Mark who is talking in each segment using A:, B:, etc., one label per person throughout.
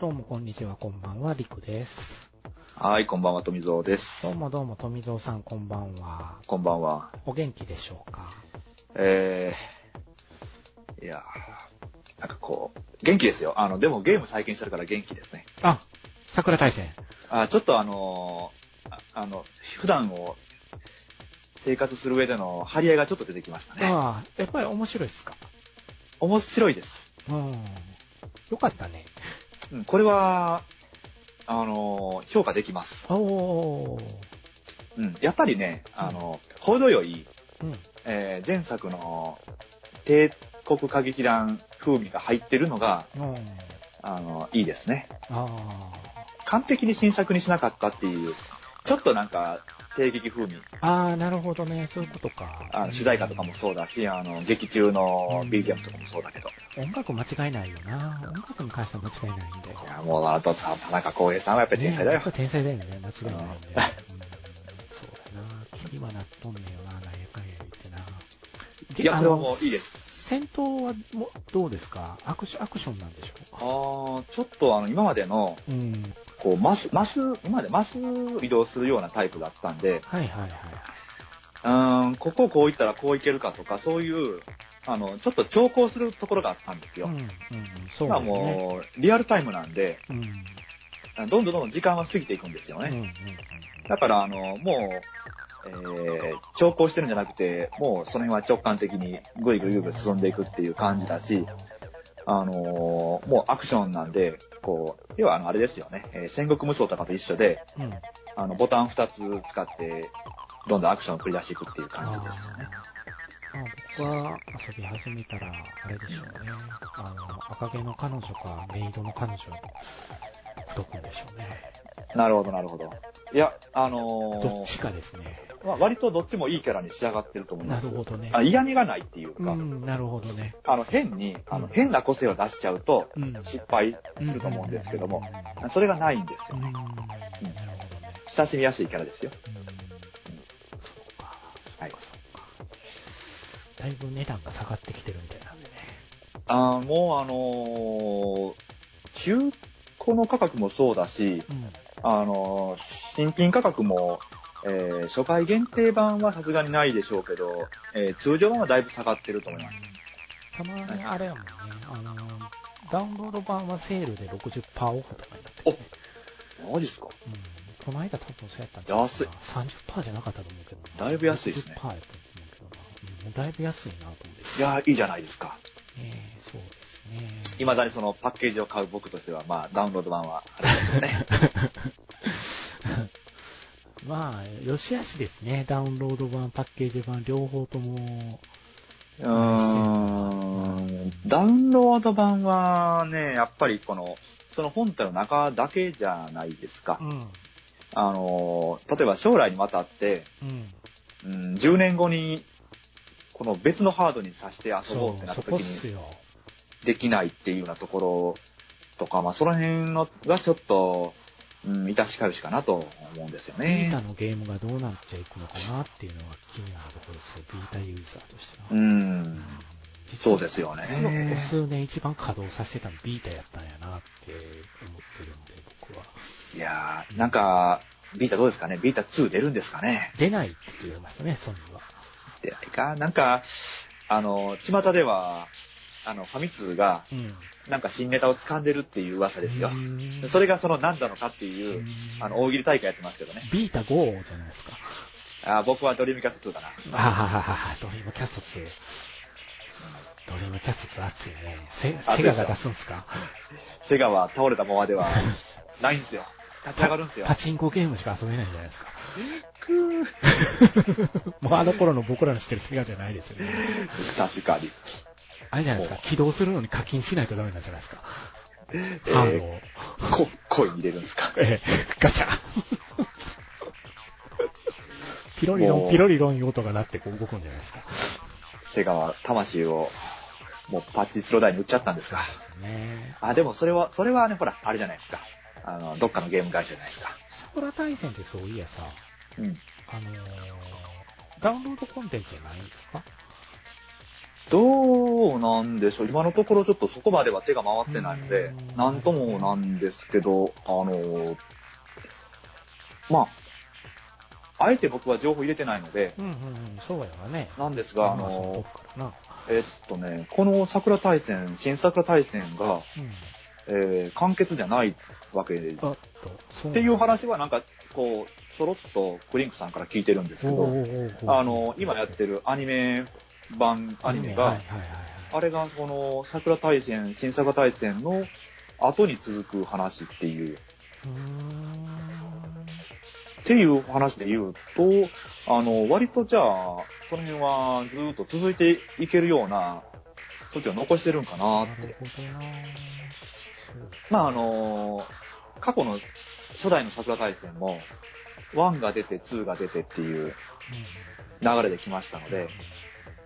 A: どうもこんにちは、こんばんは、りくです。
B: はい、こんばんは、富蔵です。
A: どうもどうも、富蔵さん、こんばんは。
B: こんばんは。
A: お元気でしょうか
B: えー、いやー、なんかこう、元気ですよ。あの、でもゲーム再建してるから元気ですね。
A: あ、桜大戦。
B: あちょっとあのーあ、あの、普段を生活する上での張り合いがちょっと出てきましたね。
A: ああ、やっぱり面白いっすか
B: 面白いです。
A: うん。よかったね。
B: うん、これは、あのー評価できます。
A: おー。
B: うん、やっぱりね、あの程よい、
A: うん。
B: えー前作の帝国歌劇団風味が入ってるのが、
A: うん。
B: あのいいですね。
A: あ
B: 完璧に新作にしなかったっていう、ちょっとなんか、帝劇風味。
A: あ。ああ、なるほどね。そういうことか。
B: あの主題歌とかもそうだし、あの、劇中の BGM とかもそうだけど。
A: 音楽間違いないよな。音楽に関しては間違いないんで。
B: いや、もうあとさ、田中光平さんはやっぱり天才だ
A: ねや
B: よ
A: っ。ぱ天才だよね。間違いないね。う
B: あ
A: んそうだな。気にはなっとんねんよな、なんやかんや言ってな。
B: いや
A: あ
B: これはもういいです。
A: 戦闘はもうどうですかアクション、アクションなんでしょう
B: あーちょっとあの、今までの、
A: うん。
B: こう、マス、マス、今までマス移動するようなタイプだったんで、
A: はいはいはい。
B: うーん、ここをこう行ったらこう行けるかとか、そういう、あの、ちょっと調校するところがあったんですよ
A: うん、。うん、そう
B: 今
A: ですね。
B: もう、リアルタイムなんで、
A: うん、うん、
B: どんどんどんどん時間は過ぎていくんですよね。
A: うんうん。
B: だから、あの、もう、えー、調校してるんじゃなくて、もうその辺は直感的にぐいぐいぐいぐい進んでいくっていう感じだし、あのーもうアクションなんで、こう、要はあの、あれですよね、えー戦国無双とかと一緒で、
A: うん。
B: あの、ボタン2つ使って、どんどんアクションを繰り出していくっていう
A: あ
B: 感じですよね。
A: ーまあ僕は遊び始めたら、あれでしょうね。あの、赤毛の彼女か、メイドの彼女、太くんでしょうね。
B: なるほど、なるほど。いや、あの
A: どっ
B: ー
A: ちかですね。
B: まあ割とどっちもいいキャラに仕上がってると思い
A: な
B: ます。
A: るほどね。
B: あ嫌味がないっていう
A: う
B: か、
A: ん、なるほどね。
B: あの、変に、あの、
A: うん
B: 変な個性を出しちゃうと、
A: うん。
B: 失敗すると思うんですけども、
A: う
B: それがないんですよ
A: ん。
B: ね。
A: なるほどね。
B: 親しみやすいキャラですよ。
A: うんそうか、
B: はい。
A: そうか。だいぶ値段が下がってきてるみたいなんでね。
B: あーもうあのー中古の価格もそうだし、
A: うん。
B: あのー新品価格も、えー初回限定版はさすがにないでしょうけど、えー通常版はだいぶ下がってると思います。
A: たまにあれやもんね、あの、ダウンロード版はセールで60%オフとかになってるね、
B: マジですか
A: うん。この間多分そうやったんじゃないか
B: 安い
A: な。30%じゃなかったと思うけどな。
B: だいぶ安いですね
A: 60%やったと思うけどな。うんもうだいぶ安いなと思って。
B: いやー、いいじゃないですか。
A: ねえそうですね。
B: 未だにそのパッケージを買う僕としては、まあ、ダウンロード版はあれですよ ね。
A: まあ、よしあしですね。ダウンロード版、パッケージ版、両方とも。
B: うーんダウンロード版はね、やっぱりこの、その本体の中だけじゃないですか
A: う。ん。
B: あのー、例えば将来にわたって、
A: うん。
B: うん、10年後に、この別のハードにさして遊ぼう
A: そ
B: って
A: う、
B: なっ
A: そ
B: た
A: こっ
B: 時
A: す
B: に、
A: よ。
B: できないっていうようなところとか、まあ、その辺のがちょっと、うん、致し返しかなと思うんですよ
A: ビー
B: ね
A: タ。のゲームがどうなっちゃいくのかなっていうのが気になるところですよ。ビータユーザーとしては。
B: う、
A: うん。
B: そうですすよ
A: 実はここ
B: ね。
A: 数年一番稼働させてたのビータやったんやなって思ってるんで、僕は。
B: いやー、なんか、ビータどうですかねビータ2出るんですかね
A: 出ないって言いましたね、ソニーは。
B: ってないか。なんか、あの、巷では、あの、ファミ通が、
A: うん。
B: なんか新ネタを掴んでるっていう噂ですよ
A: う。ーん
B: それがその何なのかっていう、あの、大喜利大会やってますけどね。
A: ビータ5じゃないですか。
B: あ僕はドリームキャスト2かな。
A: ああ、ドリームキャスト2。ドリームキャスト2熱いね。セ
B: あ
A: セガが出すんすか
B: セガは倒れたままでは、ないんです よ。立ち上がるんですよ
A: パ。チンコゲームしか遊べないじゃないですか。 もうあの頃の僕らの知ってるセガじゃないですよね。
B: 確かに。
A: あれじゃないですか。起動するのに課金しないとダメなんじゃないですか。
B: え
A: ハード
B: ー、
A: を。
B: こ、声に入れるんですか。
A: ええ、ガチャ。ピロリロ
B: も
A: ン、
B: う
A: ピロリロンいう音が鳴ってこう動くんじゃないですか。
B: セガは魂を、もうパチスロ台に売っちゃったんですか。
A: そうですね。
B: あ、でもそれは、それはね、ほら、あれじゃないですか。あの、どっかのゲーム会社じゃないですか。
A: 桜大戦ってそういやさ、
B: うん。
A: あのーダウンロードコンテンツじゃないんですか
B: どうなんでしょう。今のところちょっとそこまでは手が回ってないので
A: う、ん
B: なんともなんですけど、あの、まあ、あえて僕は情報入れてないので、
A: うんうんうん、そうやわね。
B: なんですが、あ
A: まそう思う
B: の、
A: からな。
B: えっとね、この桜大戦、新桜大戦が、
A: うん。
B: えー完結じゃないわけで、っ
A: あっと、そう。
B: ていう話はなんか、こう、そろっとクリンクさんから聞いてるんですけ
A: おう
B: ど、
A: おうおうおう
B: あの、今やってるアニメ版、アニメ
A: は
B: が
A: い、はいはいはい。
B: あれがその桜大戦、新桜大戦の後に続く話っていう、
A: うーん
B: っていう話で言うと、あの、割とじゃあ、その辺はずっと続いていけるような時を残してるんか
A: な
B: なって。
A: るほどなそう
B: まああの、過去の初代の桜大戦も、1が出て2が出てっていう流れで来ましたので、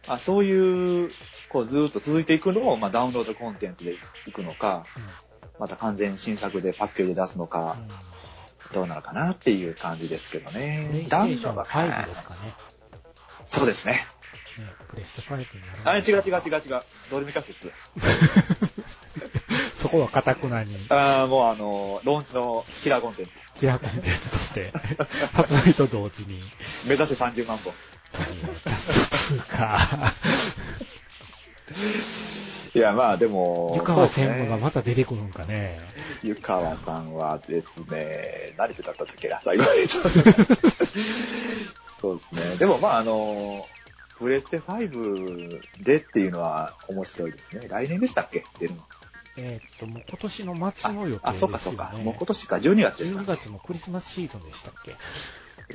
B: あそういう、こうずーっと続いていくのを、まあ、ダウンロードコンテンツでいくのか、また完全新作でパッケージで出すの
A: うん
B: か
A: う、ん
B: どうなのかなっていう感じですけど
A: プレ
B: ね
A: イ。ステ
B: ダウ
A: ー
B: ン
A: ショ
B: ロード
A: ン5ですかね。
B: そうですね。
A: ねプレステ5になる。
B: あ、違う違う違う違う。ドルミカ説。
A: そこはかたくなに、
B: あーもうあの、ローンチのキラーコンテンツ。
A: キラーコンテンツと して、発売と同時に、
B: 目指せ30万本。
A: つうか、
B: いや、まあでも、
A: 湯川
B: そう
A: 専
B: です
A: 務
B: ね
A: がまた出てくるんかね。
B: 湯川さんはですね、何してたったっ けな、最後そうですね。でもまああの、プレステ5でっていうのは面白いですね。来年でしたっけ出るの。
A: えーっと、もう今年の末の予
B: あ、
A: 定
B: あ
A: です
B: そ
A: よね。
B: うかそうか。もう今年か、12月でした
A: 12。月のクリスマスシーズンでしたっけ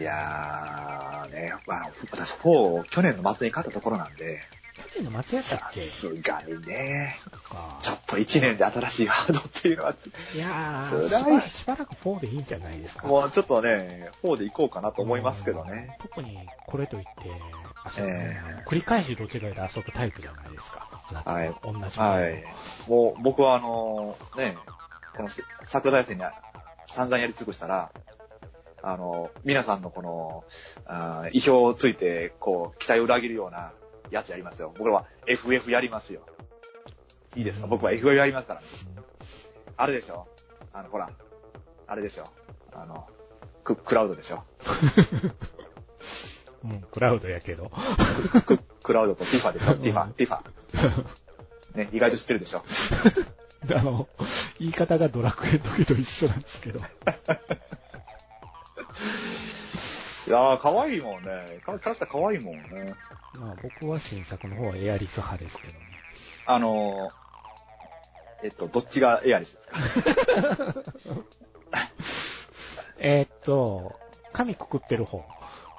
B: いやーね、まあ、私4を去年の末に勝ったところなんで、
A: 去年の末やったっ
B: さ
A: け
B: すがにね、
A: そっか
B: ちょっと1年で新しいワードっていうのはつ、
A: いやー、
B: 辛い
A: しばらくしばらく4でいいんじゃないですか。
B: もうちょっとね、4でいこうかなと思いますけどね。
A: うん。特にこれといって、あそう
B: え
A: 繰り返しどちらで遊ぶタイプじゃないですか。あなた
B: はい
A: 同じものを。
B: はい。もう僕はあのね、この桜大戦に散々やり尽くしたら、あの、皆さんのこの、あー意表をついて、こう、期待を裏切るようなやつやりますよ。僕らは FF やりますよ。いいですか僕は FF やりますからね。あれでしょあの、ほら、あれでしょあの、ククラウドでしょ
A: うん。うん、クラウドやけど。
B: クラウドとティファでしょ
A: う
B: ティフ
A: ん
B: ァ、ティファ。ね、意外と知ってるでしょ
A: あの、言い方がドラクエの時と一緒なんですけど。
B: いやー、可愛いもんね。かキャラクター可愛いもんね。
A: まあ僕は新作の方はエアリス派ですけどね。
B: あのー、えっと、どっちがエアリスですか
A: えーっと、髪くくってる方。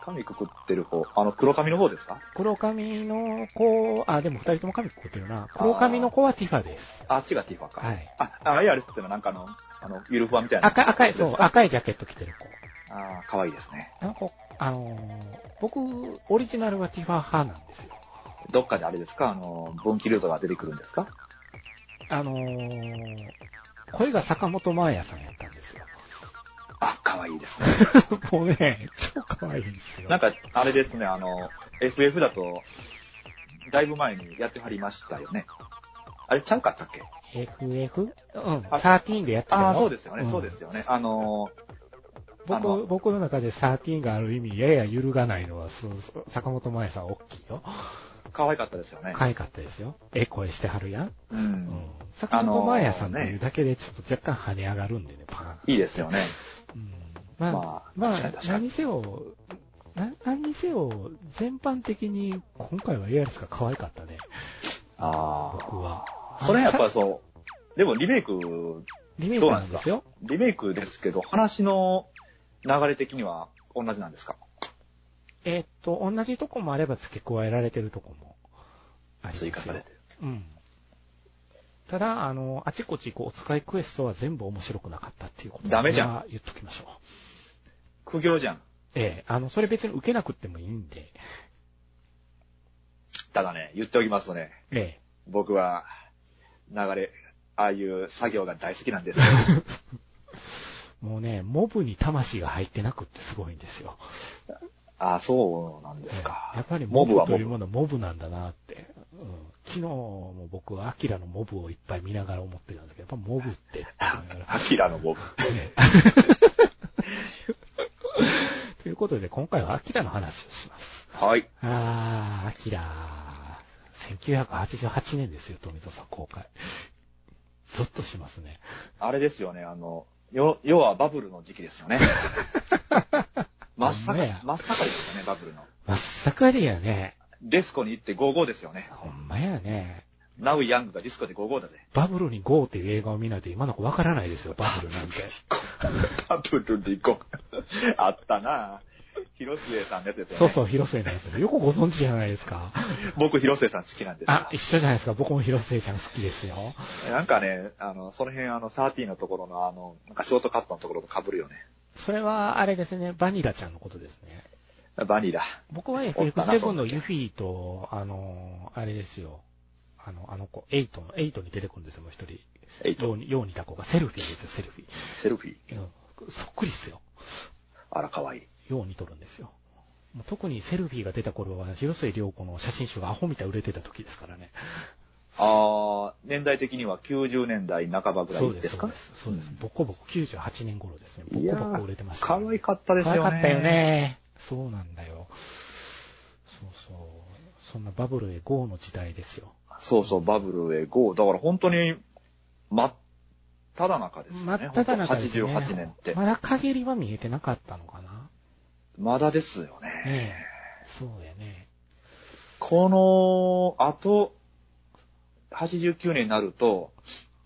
B: 髪くくってる方。あの、黒髪の方ですか
A: 黒髪の子、あ、でも二人とも髪くくってるな。黒髪の子はティファです。
B: あっちがティファか。
A: はい。
B: あ、あエアリスってのはなんかあの、あの、ゆるふわみたいな。
A: 赤、赤い、そう、赤いジャケット着てる子。
B: あー、可愛いですね。
A: あの子、あのー僕、オリジナルはティファ派なんですよ。
B: どっかであれですかあの、分岐ルートが出てくるんですか
A: あのー、声が坂本真綾さんやったんですよ。
B: あ、可愛いですね。
A: もうね、超可愛いんですよ。
B: なんか、あれですね、あの、FF だと、だいぶ前にやってはりましたよね。あれちゃうかったっけ
A: FF? うん、13でやってたの
B: ああ、そうですよね、
A: ん
B: そうですよね。あのあ
A: 僕、
B: の
A: 僕の中で13がある意味、やや揺るがないのは、そう坂本真綾さん大きいよ。
B: ー、可愛かったですよね。
A: 可愛かったですよ。ええ声してはるやん。
B: う
A: うん
B: ん。。
A: 坂本真綾さんっ
B: あ
A: て
B: のー
A: いうだけで、ちょっと若干跳ね上がるんでね、パーン。
B: いいですよね。
A: うんまあ、ま
B: ま
A: あ
B: あ、確かに確かに
A: 何にせよ、な何にせよ、全般的に、今回はエアリスが可愛かったね、
B: あ
A: 僕は。
B: あ。それやっ
A: あの
B: ぱ
A: さ
B: そう、でもリメイク、
A: リメイクなんですよ。
B: リメイクですけど、話の流れ的には同じなんですか
A: えーっと、同じとこもあれば付け加えられてるとこもあります
B: 追
A: よ
B: 加されてる。
A: うん。ただ、あの、あちこちこう、お使いクエストは全部面白くなかったっていうこと
B: ダメじゃん
A: これは言っときましょう。
B: 苦行じゃん。
A: ええあの、それ別に受けなくってもいいんで、
B: ただね、言っておきますとね、
A: ええ
B: 僕は、流れ、ああいう作業が大好きなんです。
A: もうね、モブに魂が入ってなくってすごいんですよ。
B: ああ、そうなんですか。
A: やっぱりモ
B: モブ
A: ブ
B: は
A: と
B: モ
A: いう
B: ブ。
A: ものはモブなんだなって。うん、昨日も僕はアキラのモブをいっぱい見ながら思ってたんですけど、やっぱモブってって思いながら
B: アキラのモブ。
A: ね ということで、今回はアキラの話をします。
B: はい。
A: あー、アキラ。1988年ですよ、富蔵さん公開。ゾッとしますね。
B: あれですよね、あの、よ、要はバブルの時期ですよね。 真っ
A: ほんまや
B: 盛り、真っ盛りですよね、バブルの。
A: 真っ盛りやね。
B: ディスコに行って55ですよね。
A: ほんまやね。
B: ナウ・ヤングがディスコで55だぜ。
A: バブルに GO っていう映画を見ないと今の子わからないですよ、バブルなん て。
B: バブルで行こう。あったな広末さんのやつですよね。
A: そうそう、広末なんですよ。よくご存知じゃないですか。
B: 僕、広末さん好きなんです
A: あ
B: よ、。
A: 一緒じゃないですか。僕も広末ちゃん好きですよ。
B: なんかね、あの、その辺、あの、13のところの、あの、なんかショートカットのところと被るよね。
A: それは、あれですね、バニラちゃんのことですね。
B: バニラ。
A: 僕は
B: おったな
A: FF7
B: そん
A: の
B: だけ
A: ユフィと、あの、あれですよ。あの、あの子、エイトの、エイトに出てくるんですよ、もう一人。
B: えっ
A: よ
B: と
A: う、に、ようにいた子が、セルフィーですよ、セルフィ
B: セルフィー。
A: ー。うん、そっくりっすよ。
B: あら、かわいい。
A: ように撮るんですよ。もう特にセルフィーが出た頃は、広末涼子の写真集がアホみたいに売れてた時ですからね。
B: あー、年代的には90年代半ばぐら
A: そう
B: い
A: で、
B: ですす
A: そ
B: か
A: うです。そうです。ボコボコ98年頃ですね。ボ
B: いや
A: コ
B: ー
A: ボコ売れてました、
B: 可愛かった
A: た
B: ですよね。
A: 可愛かったよ。ね。そうなんだよ。そうそう。そんなバブルへ GO の時代ですよ。
B: そうそう、バブルへ GO。だから本当に、真っ只中ですよね。
A: 真っ只中ですね。
B: 本当88年って。
A: まだ陰りは見えてなかったのかな。
B: まだですよね。
A: ねえ。そうやね。
B: この、あと、89年になると、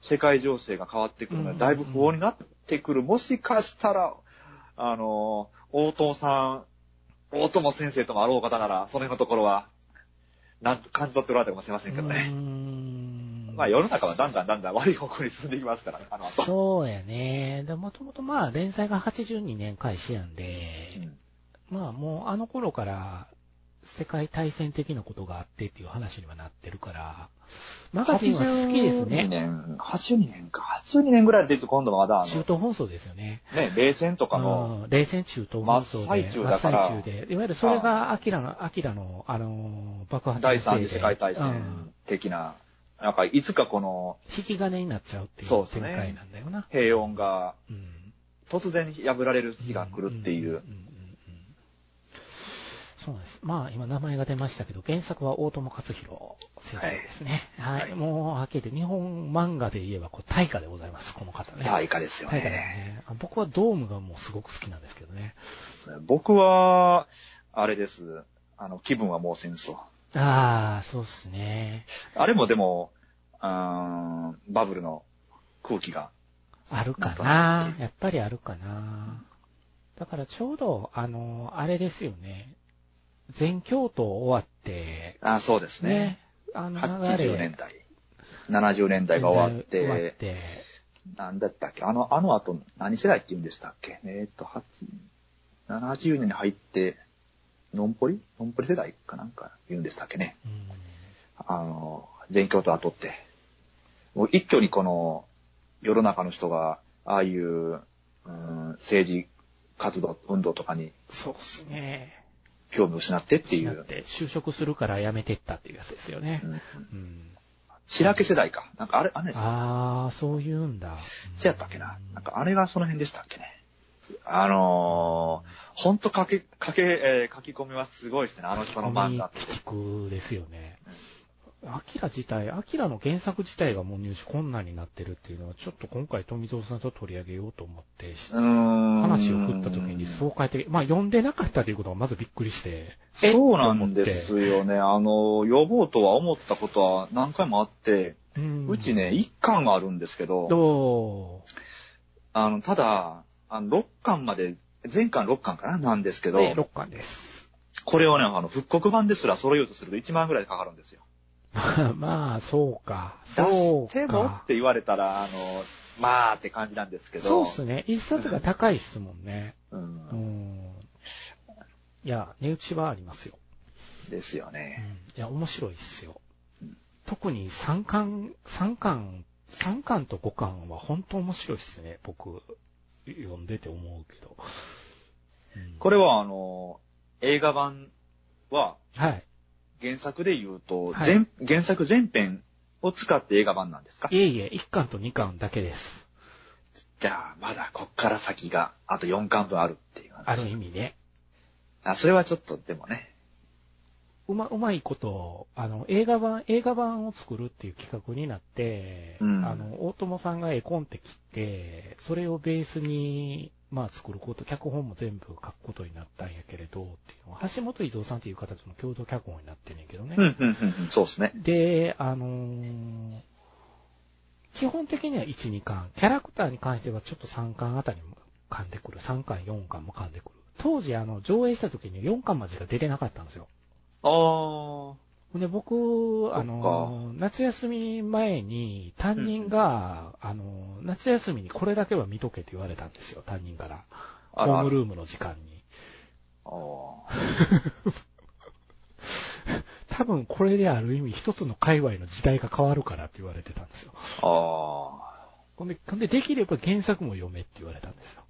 B: 世界情勢が変わってくるの
A: うん
B: で、だいぶ不穏になってくる。もしかしたら、あの、大友さん、大友先生ともあろう方なら、その辺のところは、なんと感じ取っておられたかもしれませんけどね。
A: うーん
B: まあ世の中はだんだんだんだん悪い方向に進んでいきますから、あの後。
A: そうやね。でもともとまあ、連載が82年開始やん
B: う
A: で、
B: ん
A: まあもうあの頃から、世界大戦的なことがあってっていう話にはなってるから、マガジンは好きです
B: 82
A: ね。
B: 年、82年か。82年ぐらいで言うと今度はまだ、あ
A: 中
B: の、
A: 東放送ですよね。
B: ね、冷戦とかの、
A: うん冷戦中東放送で、
B: 真っ最中だから
A: 真っ最中で、いわゆるそれがアキラの、アキラの、あのー、爆発のせ
B: 第
A: いで
B: 三次世界
A: う
B: 大
A: ん
B: 戦的な、なんかいつかこの
A: 引き金になっちゃうってい
B: そう
A: う
B: です
A: 展
B: ね
A: 開なんだよな。
B: 平穏が
A: うん
B: 突然破られる日が来るってい
A: んんん
B: う。
A: んそうなんです。まあ、今名前が出ましたけど、原作は大友克弘先生ですね。はい。
B: はい
A: もう、はっきり言って、日本漫画で言えば、こう、大家でございます、この方ね。
B: 大化ですよ
A: 大家だ
B: ね。
A: ね。僕はドームがもうすごく好きなんですけどね。
B: 僕は、あれです。あの、気分はもう戦争。
A: ああ、そうっすね。
B: あれもでも、うーんバブルの空気が。
A: あるか
B: な
A: な。やっぱりあるかな。だからちょうど、あの、あれですよね。全教頭終わって、
B: あそうです
A: ね、
B: ね。
A: あの流れ
B: 80年代。70年代が終わっ、
A: 終わってて
B: なんだったっけあの、あの後、何世代って言うんでしたっけえーっと、8 70年に入って、のんぽりのんぽり世代かなんか言うんでしたっけね。
A: うん
B: あの、全教と後って。もう一挙にこの、世の中の人が、ああいう、うん、政治活動、運動とかに
A: そうっすね。
B: 興味を失ってってい
A: なっ
B: う。
A: て、就職するから辞めてったっていうやつですよね
B: う。ん、
A: うん。
B: 白け世代か。なんかあれ、あれです
A: ああ、そういうんだ。
B: そうやったっけな。なんかあれがその辺でしたっけね。あのー、ほんと書け、書け、えー書き込みはすごいですね。あの人の漫画って。
A: 鬼畜ですよね。アキラ自体、アキラの原作自体がもう入手困難になってるっていうのは、ちょっと今回富蔵さんと取り上げようと思って、
B: うーん。
A: 話を振った時に爽快的、まあ読んでなかったということがまずびっくりして、え
B: そうなんですよね。あの、呼ぼうとは思ったことは何回もあって、
A: うん
B: うちね、、1巻があるんですけど、
A: ど
B: あの、ただ、あの6巻まで、全巻6巻かななんですけ
A: う
B: ど、
A: で、6巻です。
B: これをね、あの、復刻版ですら揃えようとすると1万円ぐらいかかるんですよ。
A: まあ、 まあ、そうか。
B: 出
A: そう
B: してもっ
A: か。
B: て言われたら、あの、まあって感じなんですけど、
A: そうっすね。一冊が高いっすもんね。
B: う、
A: うんん。いや、値打ちはありますよ。
B: ですよ
A: うん
B: ね。、
A: いや、面白いっすよ
B: うん。
A: 特に3巻、三巻、三巻と5巻は本当面白いっすね。僕、読んでて思うけど。うん
B: これは、あの、映画版は、
A: はい。
B: 原作で言うと、
A: はい
B: 全原作全編を使って映画版なんですか
A: いえいえ、1巻と2巻だけです。
B: じゃあ、まだこっから先が、あと4巻分あるっていう話。
A: ある意味ね。
B: あ、それはちょっと、でもね。
A: うま、うまいこと、あの、映画版、映画版を作るっていう企画になって、
B: うん
A: あの、大友さんが絵コンテ切って、それをベースに、まあ作ること、脚本も全部書くことになったんやけれど、っていうのは、橋本伊蔵さんっていう方との共同脚本になってんねんけどね。
B: うん、うん、うんうん、そうですね。
A: で、あのー基本的には1、2巻。キャラクターに関してはちょっと3巻あたりも噛んでくる。3巻、4巻も噛んでくる。当時、あの、上映した時に4巻までが出てなかったんですよ。
B: あー。
A: ほんで、僕、
B: か
A: あのー夏休み前に担任が、あのー夏休みにこれだけは見とけって言われたんですよ、担任から。ホ
B: あら
A: ームルームの時間に。
B: あー
A: 多分これである意味一つの界隈の時代が変わるからって言われてたんですよ。
B: あ
A: ほんで、ほんで、できれば原作も読めって言われたんですよ。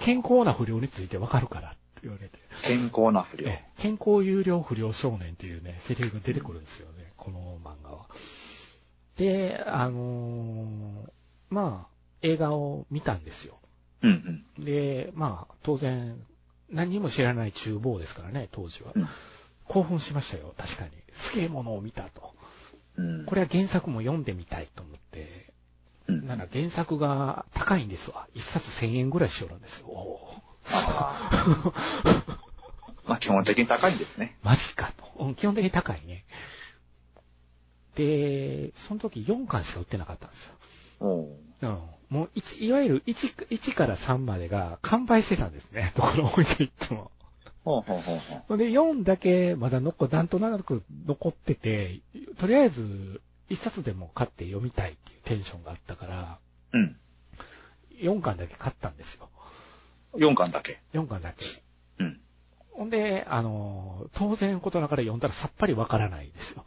A: 健康な不良についてわかるからって言われて。
B: ー。健康な不良。
A: ええ健康有料不良少年っていうね、セリフが出てくるんですよね、この漫画は。で、あのーまあ、映画を見たんですよ。
B: うん、うん。
A: で、まあ、当然、何も知らない厨房ですからね、当時は。
B: うん
A: 興奮しましたよ、確かに。すげえものを見たと。
B: うん
A: これは原作も読んでみたいと思って、
B: うん
A: なら原作が高いんですわ。一冊1000円ぐらいしよるんですよ。おー
B: あ ーまあ、基本的に高いんですね。
A: マジかと。うん基本的に高いね。で、その時4巻しか売ってなかったんですよ。
B: おー
A: うん。もう一、いわゆる 1, 1から3までが完売してたんですね。ど この置いていっても。
B: ほうほうほうほう。
A: ほんで、4だけまだ残、なんとなく残ってて、とりあえず1冊でも買って読みたいっていうテンションがあったから、
B: うん。
A: 4巻だけ買ったんですよ。
B: 4巻だけ。
A: 4巻だけ。
B: うん。
A: ほんで、あのー、当然ことながら読んだらさっぱりわからないんですよ。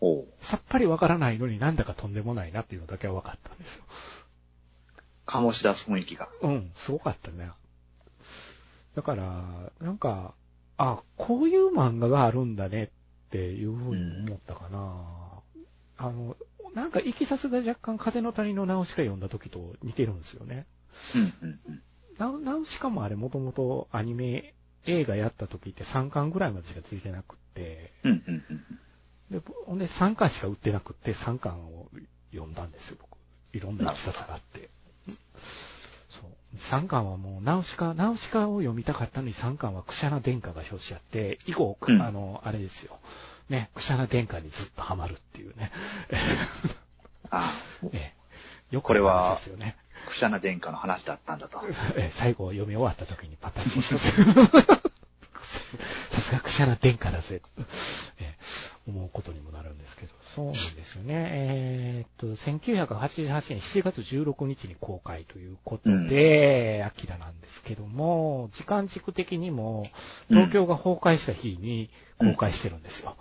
B: おう
A: さっぱりわからないのになんだかとんでもないなっていうのだけは分かったんですよ。
B: 醸し出す雰囲気が。
A: うん、すごかったね。だから、なんか、あ、こういう漫画があるんだねっていうふうに思ったかな。あの、なんかいきさすが若干風の谷の直しか読んだ時と似てるんですよね。
B: うん、うん、うん。
A: なナウシカもあれもともとアニメ映画やった時って3巻ぐらいまでしかついてなくって、
B: うん、うん、うん。
A: で、ほんで3巻しか売ってなくって3巻を読んだんですよ、僕。いろんな一冊があって。そう。3巻はもう、ナウシカ、ナウシカを読みたかったのに3巻はクシャナ殿下が表紙やって、以後、く
B: うん
A: あの、あれですよ。ね、クシャナ殿下にずっとハマるっていうね。
B: あ
A: ええよく
B: これは
A: ある話ですよね。
B: あ、クシャナ殿下の話だったんだと。
A: ええ最後読み終わった時にパタッとして さすさすがクシャラ殿下だぜ、ええ思うことにもなるんですけど、そうなんですよね。えーっと、1988年7月16日に公開ということで、アキラなんですけども、時間軸的にも、東京が崩壊した日に公開してるんですよ。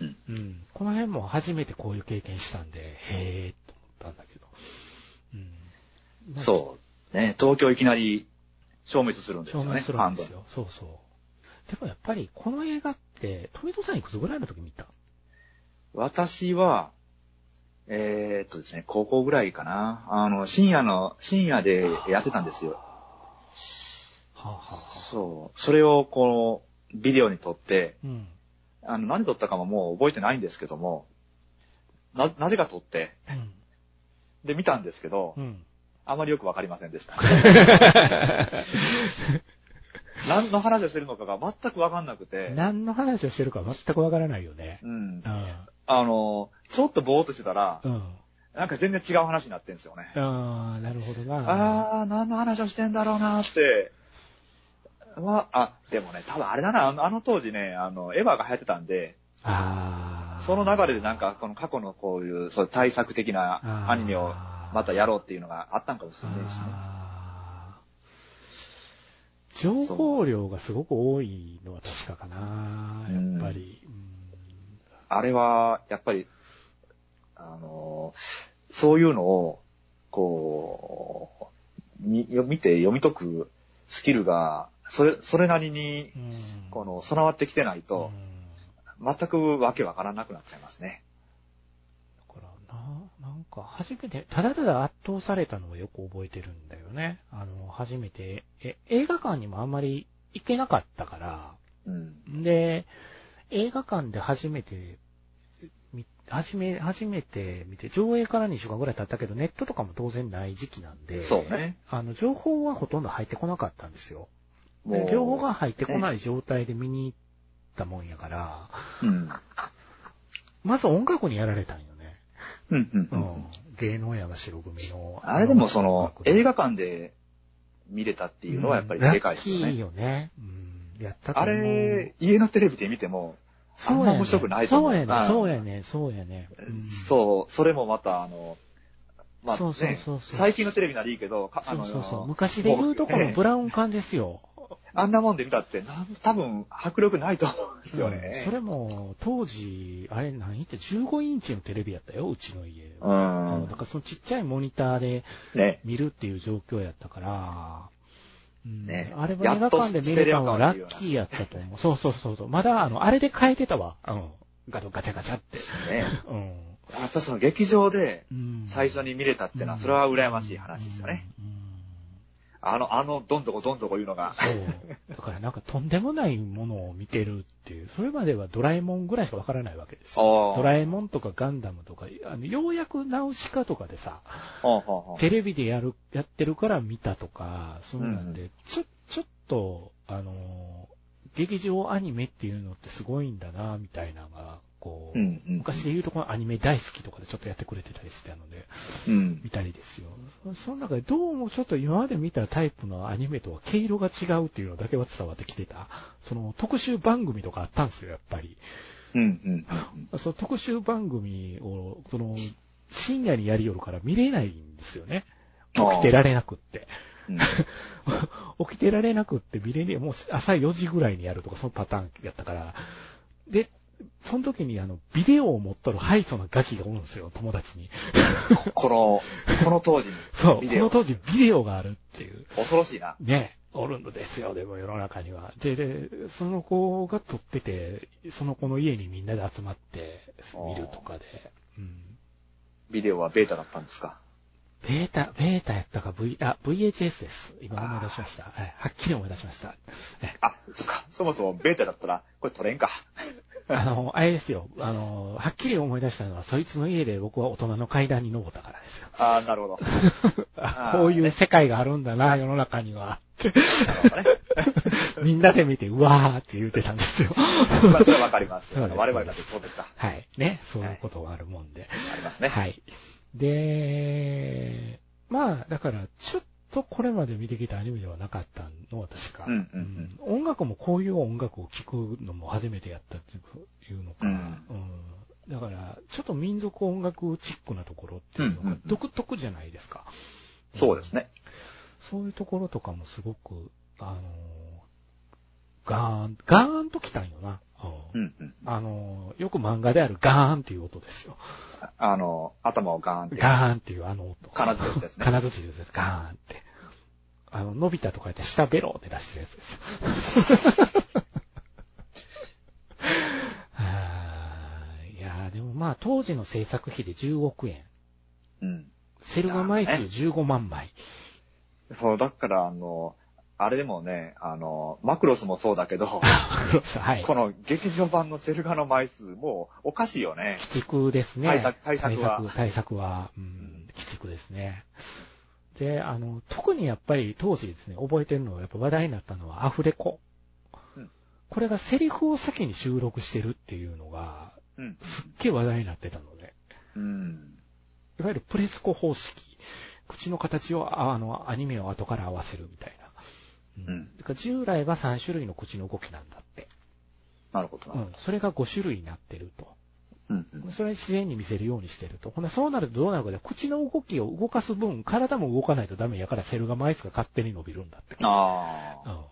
B: うん。
A: うん。この辺も初めてこういう経験したんで、へーと思ったんだけど。うん。
B: そう。ね、東京いきなり消滅するんですよ
A: 証
B: ね。
A: 明するんです
B: 半分
A: よ。そうそう。でもやっぱり、この映画って、富戸さんいくつぐらいの時見た
B: 私は、えーっとですね、高校ぐらいかな。あの、深夜の、深夜でやってたんですよ。
A: はあ、はあ、
B: そう。それをこのビデオに撮って、
A: うん。
B: あの、何で撮ったかももう覚えてないんですけども、な、なぜか撮って、
A: うん。
B: で見たんですけど、
A: うん。
B: あまりよくわかりませんでした。何の話をしてるのかが全くわかんなくて、
A: 何の話をしてるか全くわからないよね。
B: うん
A: う。ん。
B: あの、ちょっとぼーっとしてたら、
A: うん。
B: なんか全然違う話になってんですよね。
A: ああ、なるほどな。あ。
B: あー、何の話をしてんだろうなーって。まあ、あ、でもね、多分あれだな、あのあの当時ね、あの、エヴァが流行ってたんで、
A: ああ。
B: その流れでなん、か、この過去のこういう、そういう対策的なアニメをまたやろうっていうのがあったんかもしれないですね。
A: あー情報量がすごく多いのは確かかな、やっぱり。
B: あれは、やっぱり、あのー、そういうのを、こう、み見て読み解くスキルがそれ、それなりに
A: う、ん。
B: この、備わってきてないと、全くわけわからなくなっちゃいますね。
A: だからな、なんか初めて、ただただ圧倒されたのをよく覚えてるんだよね。あの、初めて、え、映画館にもあんまり行けなかったから、
B: うん。
A: で、映画館で初めて、み初め、初めて見て、上映から2週間ぐらい経ったけど、ネットとかも当然ない時期なんで、
B: そうね。
A: あの、情報はほとんど入ってこなかったんですよ。
B: も
A: で
B: う、
A: 情報が入ってこない状態で見に行ったもんやから、
B: うん。
A: まず音楽にやられたんよね。
B: うん、うん、
A: う
B: うんん。
A: 芸能やが白組の。
B: あれでもその、映
A: 画っ
B: 画館で見れたっていうのはやっぱりでかいですよ
A: ラッキー
B: ね。
A: よね。うん。やったと
B: あ
A: 思う
B: れ、家のテレビで見ても、
A: そうや
B: あん
A: ね
B: ま面白くないと思う
A: そうやね
B: あ、ー
A: そうやね、そうやね。うん
B: そう、それもまた、あの、まあ
A: そうそう
B: ね
A: そうそう、
B: 最近のテレビならいいけど、かあ
A: そう
B: の
A: そうそう。昔で言うとこ
B: もえ
A: の
B: え
A: ブラウン管ですよ。
B: あんなもんで見たって、なん多分迫力ないと思うんですよね
A: そ。れも、当時、あれ何って15インチのテレビやったよ、うちの家。
B: う
A: うん
B: ん
A: だ。からそのちっちゃいモニターで
B: ね。
A: 見るっていう状況やったから、うん
B: ね
A: あれは映画館で見れたのはラッキーやったと思う。そうそうそうそう。まだ、あの、あれで変えてたわ。うん。ガチャガチャガチャって。
B: ね。
A: うん。
B: やっぱその劇場で
A: うん
B: 最初に見れたってのは、それは羨ましい話ですよね。。
A: うんうん
B: あの、あの、どんどこどんどこいうのが。
A: そう。だからなんかとんでもないものを見てるっていう、それまではドラえもんぐらいしかわからないわけですよ。
B: お
A: ドラえもんとかガンダムとか、あのようやくナウシカとかでさ、
B: ほうほうほう
A: テレビでやる、やってるから見たとか、そうなんで、ちょ、ちょっと、あのー、劇場アニメっていうのってすごいんだな、みたいなのが、こう、
B: うんうん
A: 昔で言うとこのアニメ大好きとかでちょっとやってくれてたりしてたので、
B: うん
A: 見たりですよ。そその中でどうもちょっと今まで見たタイプのアニメとは毛色が違うっていうのだけは伝わってきてた。その特集番組とかあったんですよ、やっぱり。
B: うんうん
A: その特集番組を、その、深夜にやりよるから見れないんですよね。起きてられなくって。
B: うん。
A: 起きてられなくって見れねえ、もう朝4時ぐらいにやるとか、そのパターンやったから。で、その時にあの、ビデオを持っとるハイソなガキがおるんですよ、友達 に。
B: この、この当時に。
A: そう、こ
B: ビデオ
A: の当時ビデオがあるっていう。
B: 恐ろしいな。
A: ね、おるんですよ、でも世の中には。で、で、その子が撮ってて、その子の家にみんなで集まって見るとかで、うん。
B: ビデオはベータだったんですか。
A: ベータ、ベータやったか V、あ、VHS です。今思い出しました。はいはっきり思い出しました。え
B: あ、そっか。そもそもベータだったら、これ取れんか。
A: あの、あれですよ。あの、はっきり思い出したのは、そいつの家で僕は大人の階段に登ったからですよ。
B: あーなるほど。
A: あ
B: あー
A: こういう世界があるんだな、世の中には。
B: なるほどね。
A: みんなで見て、うわーって言ってたん ですよ。
B: まあ、それはわかりま す。
A: そうです
B: 我々だってそうでした。あ
A: はい。ね。そういうことがあるもんで。
B: りますね。
A: はい。で、まあ、だから、ちょっとこれまで見てきたアニメではなかったのは確か、
B: うんうん
A: うん音楽もこういう音楽を聴くのも初めてやったっていうのか、うんだから、ちょっと民族音楽チックなところっていうの
B: うんうんう
A: が
B: ん
A: 独特じゃないですか。
B: そうですね。
A: そういうところとかもすごく、あのガーン、ガーンときたんよな。う
B: うんんうん。
A: あのよく漫画であるガーンっていう音ですよ。
B: あの、頭をガーンって。
A: ガーンっていうあの音。
B: 金槌ですね。
A: 金槌ですね。ガーンって。あの、伸びたとか言って下ベロって出してるやつです。 はーいいやーでもまあ当時の制作費で10億円。
B: うん。
A: セル画枚数15万枚。
B: そう、だから、あの、あれでもね、あの、マクロスもそうだけど、
A: はい。
B: この劇場版のセルガの枚数、もうおかしいよね。
A: 鬼畜ですね。
B: 対策対策は
A: 対策対策は、うん、鬼畜ですね。で、あの、特にやっぱり当時ですね、覚えてるのは、やっぱ話題になったのはアフレコ。
B: うん
A: これがセリフを先に収録してるっていうのが、
B: うん。
A: すっげえ話題になってたので、
B: うん。
A: いわゆるプレスコ方式。口の形を、ああの、アニメを後から合わせるみたいな。
B: うん
A: だから従来は3種類の口の動きなんだって。
B: なるほど
A: う
B: な。
A: ん。それが5種類になってると。
B: うんうん。
A: それ自然に見せるようにしてると。ほな、そうなるとどうなるかで、口の動きを動かす分、体も動かないとダメやから、セルが枚数が勝手に伸びるんだって。
B: あ
A: う
B: あ。
A: ん。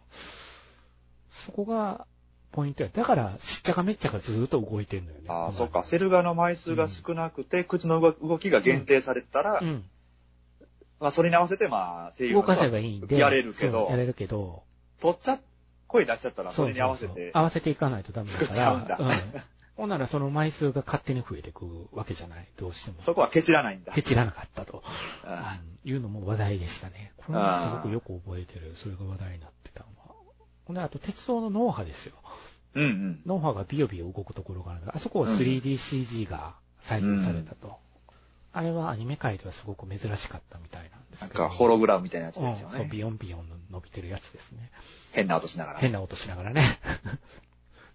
A: そこが、ポイントや。だから、しっちゃかめっちゃかずーっと動いてんのよね。
B: ああ、
A: この
B: そっか。セルガの枚数が少なくて、口の動動きが限定されてたら、
A: うん。
B: まあ、それに合わせて、まあ、声優
A: 動かせばいいんで。
B: やれるけど
A: そうやれるけど、
B: 取っちゃっ声出しちゃったら、そ
A: そう
B: れに合わせて。
A: 合わせていかないとダメだ
B: 作っちゃうん
A: か
B: だ
A: ら。うん。ほんならその枚数が勝手に増えてくわけじゃない。どうしても。
B: そこはケチらないんだ。
A: ケチらなかったと。
B: あ
A: うんいうのも話題でしたね。これもすごくよく覚えてる。それが話題になってたのは。ほんで、あと鉄道の脳波ですよ。
B: うんうん。
A: 脳波がビヨビヨ動くところがあるんだあそこは 3DCG が採用されたと。あれはアニメ界ではすごく珍しかったみたいなんです
B: なん
A: けど。
B: か、ホログラムみたいなやつ
A: うん
B: ですよ
A: そう、ビ
B: ね。
A: ヨンビヨンの伸びてるやつですね。
B: 変な音しながら。
A: 変な音しながらね。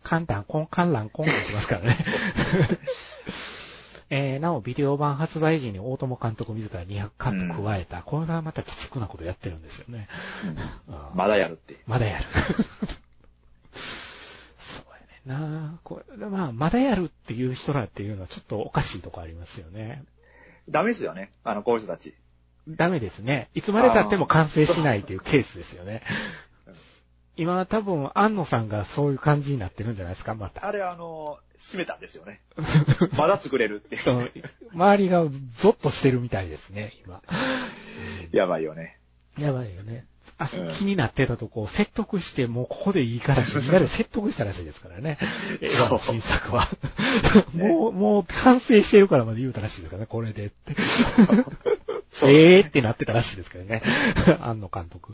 A: 簡単、コン、カンラン、コンランってますからね。 えー、なお、ビデオ版発売時に大友監督自ら200カップ加えた、これがまた鬼畜なことやってるんですよね。
B: うん
A: うん
B: まだやるっていう。
A: まだやる。 そうやねんなこれ、まあ、まだやるっていう人らっていうのはちょっとおかしいとこありますよね。
B: ダメですよね。あの、こういう人たち。
A: ダメですね。いつまで経っても完成しないというケースですよね
B: うん。
A: 今は多分、安野さんがそういう感じになってるんじゃないですか、また。
B: あれ、あの、閉めたんです よね。まだ作れるって。
A: その周りがゾッとしてるみたいですね、今。
B: やばいよね。
A: やばいよね。あそう
B: うん
A: 気になってたとこを説得して、もうここでいいからってみんなで説得したらしいですからね。映画の新作 は。もう、もう完成してるからまで言うたらしいですからね、これでって。
B: そう
A: ええーってなってたらしいですけどね。庵野監督。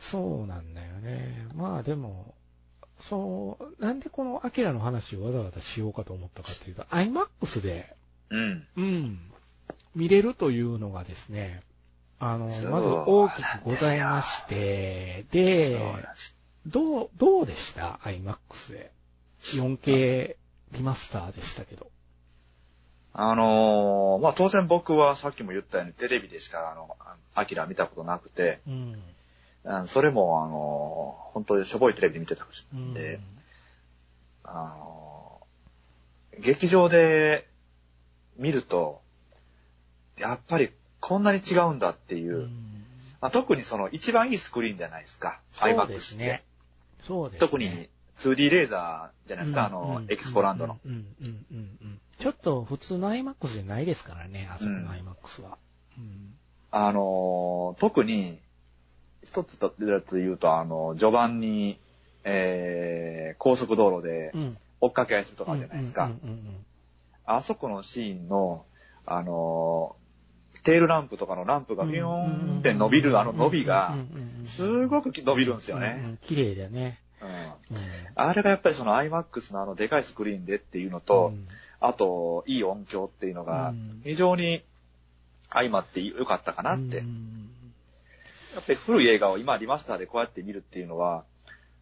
A: そうなんだよね。まあでも、そう、なんでこのアキラの話をわざわざしようかと思ったかというと、IMAX で
B: うん。
A: うん。見れるというのがですね、あの、
B: そう
A: まず大きくございまして、で
B: そうなんです
A: どう、どうでした ?iMAX で。4K リマスターでしたけど。
B: あのーまあ、当然僕はさっきも言ったようにテレビでしか、あの、アキラ見たことなくて、
A: うん。
B: うんそれも、あのー本当にしょぼいテレビで見てたし、
A: うん。
B: で、あのー劇場で見ると、やっぱりこんなに違うんだっていうう、
A: ん
B: まあ、特にその一番いいスクリーンじゃないですか、
A: そう
B: IMAX
A: で
B: っ
A: す
B: て。
A: ね。そうですね。
B: 特に 2D レーザーじゃないですか、
A: うん
B: あの
A: う、ん
B: エキスポランドの。。
A: うん、うん、うん、うん。ちょっと普通の iMAX じゃないですからね、あそこ
B: うん
A: の iMAX は。うん。
B: あのー特に、一つとやつ言うと、あの、序盤に、えー、高速道路で
A: うん。
B: 追っかけ合いするとかじゃないですか。
A: うんうんうん
B: あそこのシーンの、あのーテールランプとかのランプが
A: うん。
B: ビヨーンって伸びる、あの伸びが
A: うん、うんうんうん、
B: すごく伸びるんですよ
A: うんう
B: ね。
A: ん。綺麗だね。
B: うん
A: うん
B: あれがやっぱりその IMAX のあのでかいスクリーンでっていうのと、あと、いい音響っていうの
A: う
B: が
A: ん、
B: 非常に相まって良かったかなっ
A: う
B: て。や
A: ん
B: っぱり古い映画を今リマスターでこうやって見るっていうのは、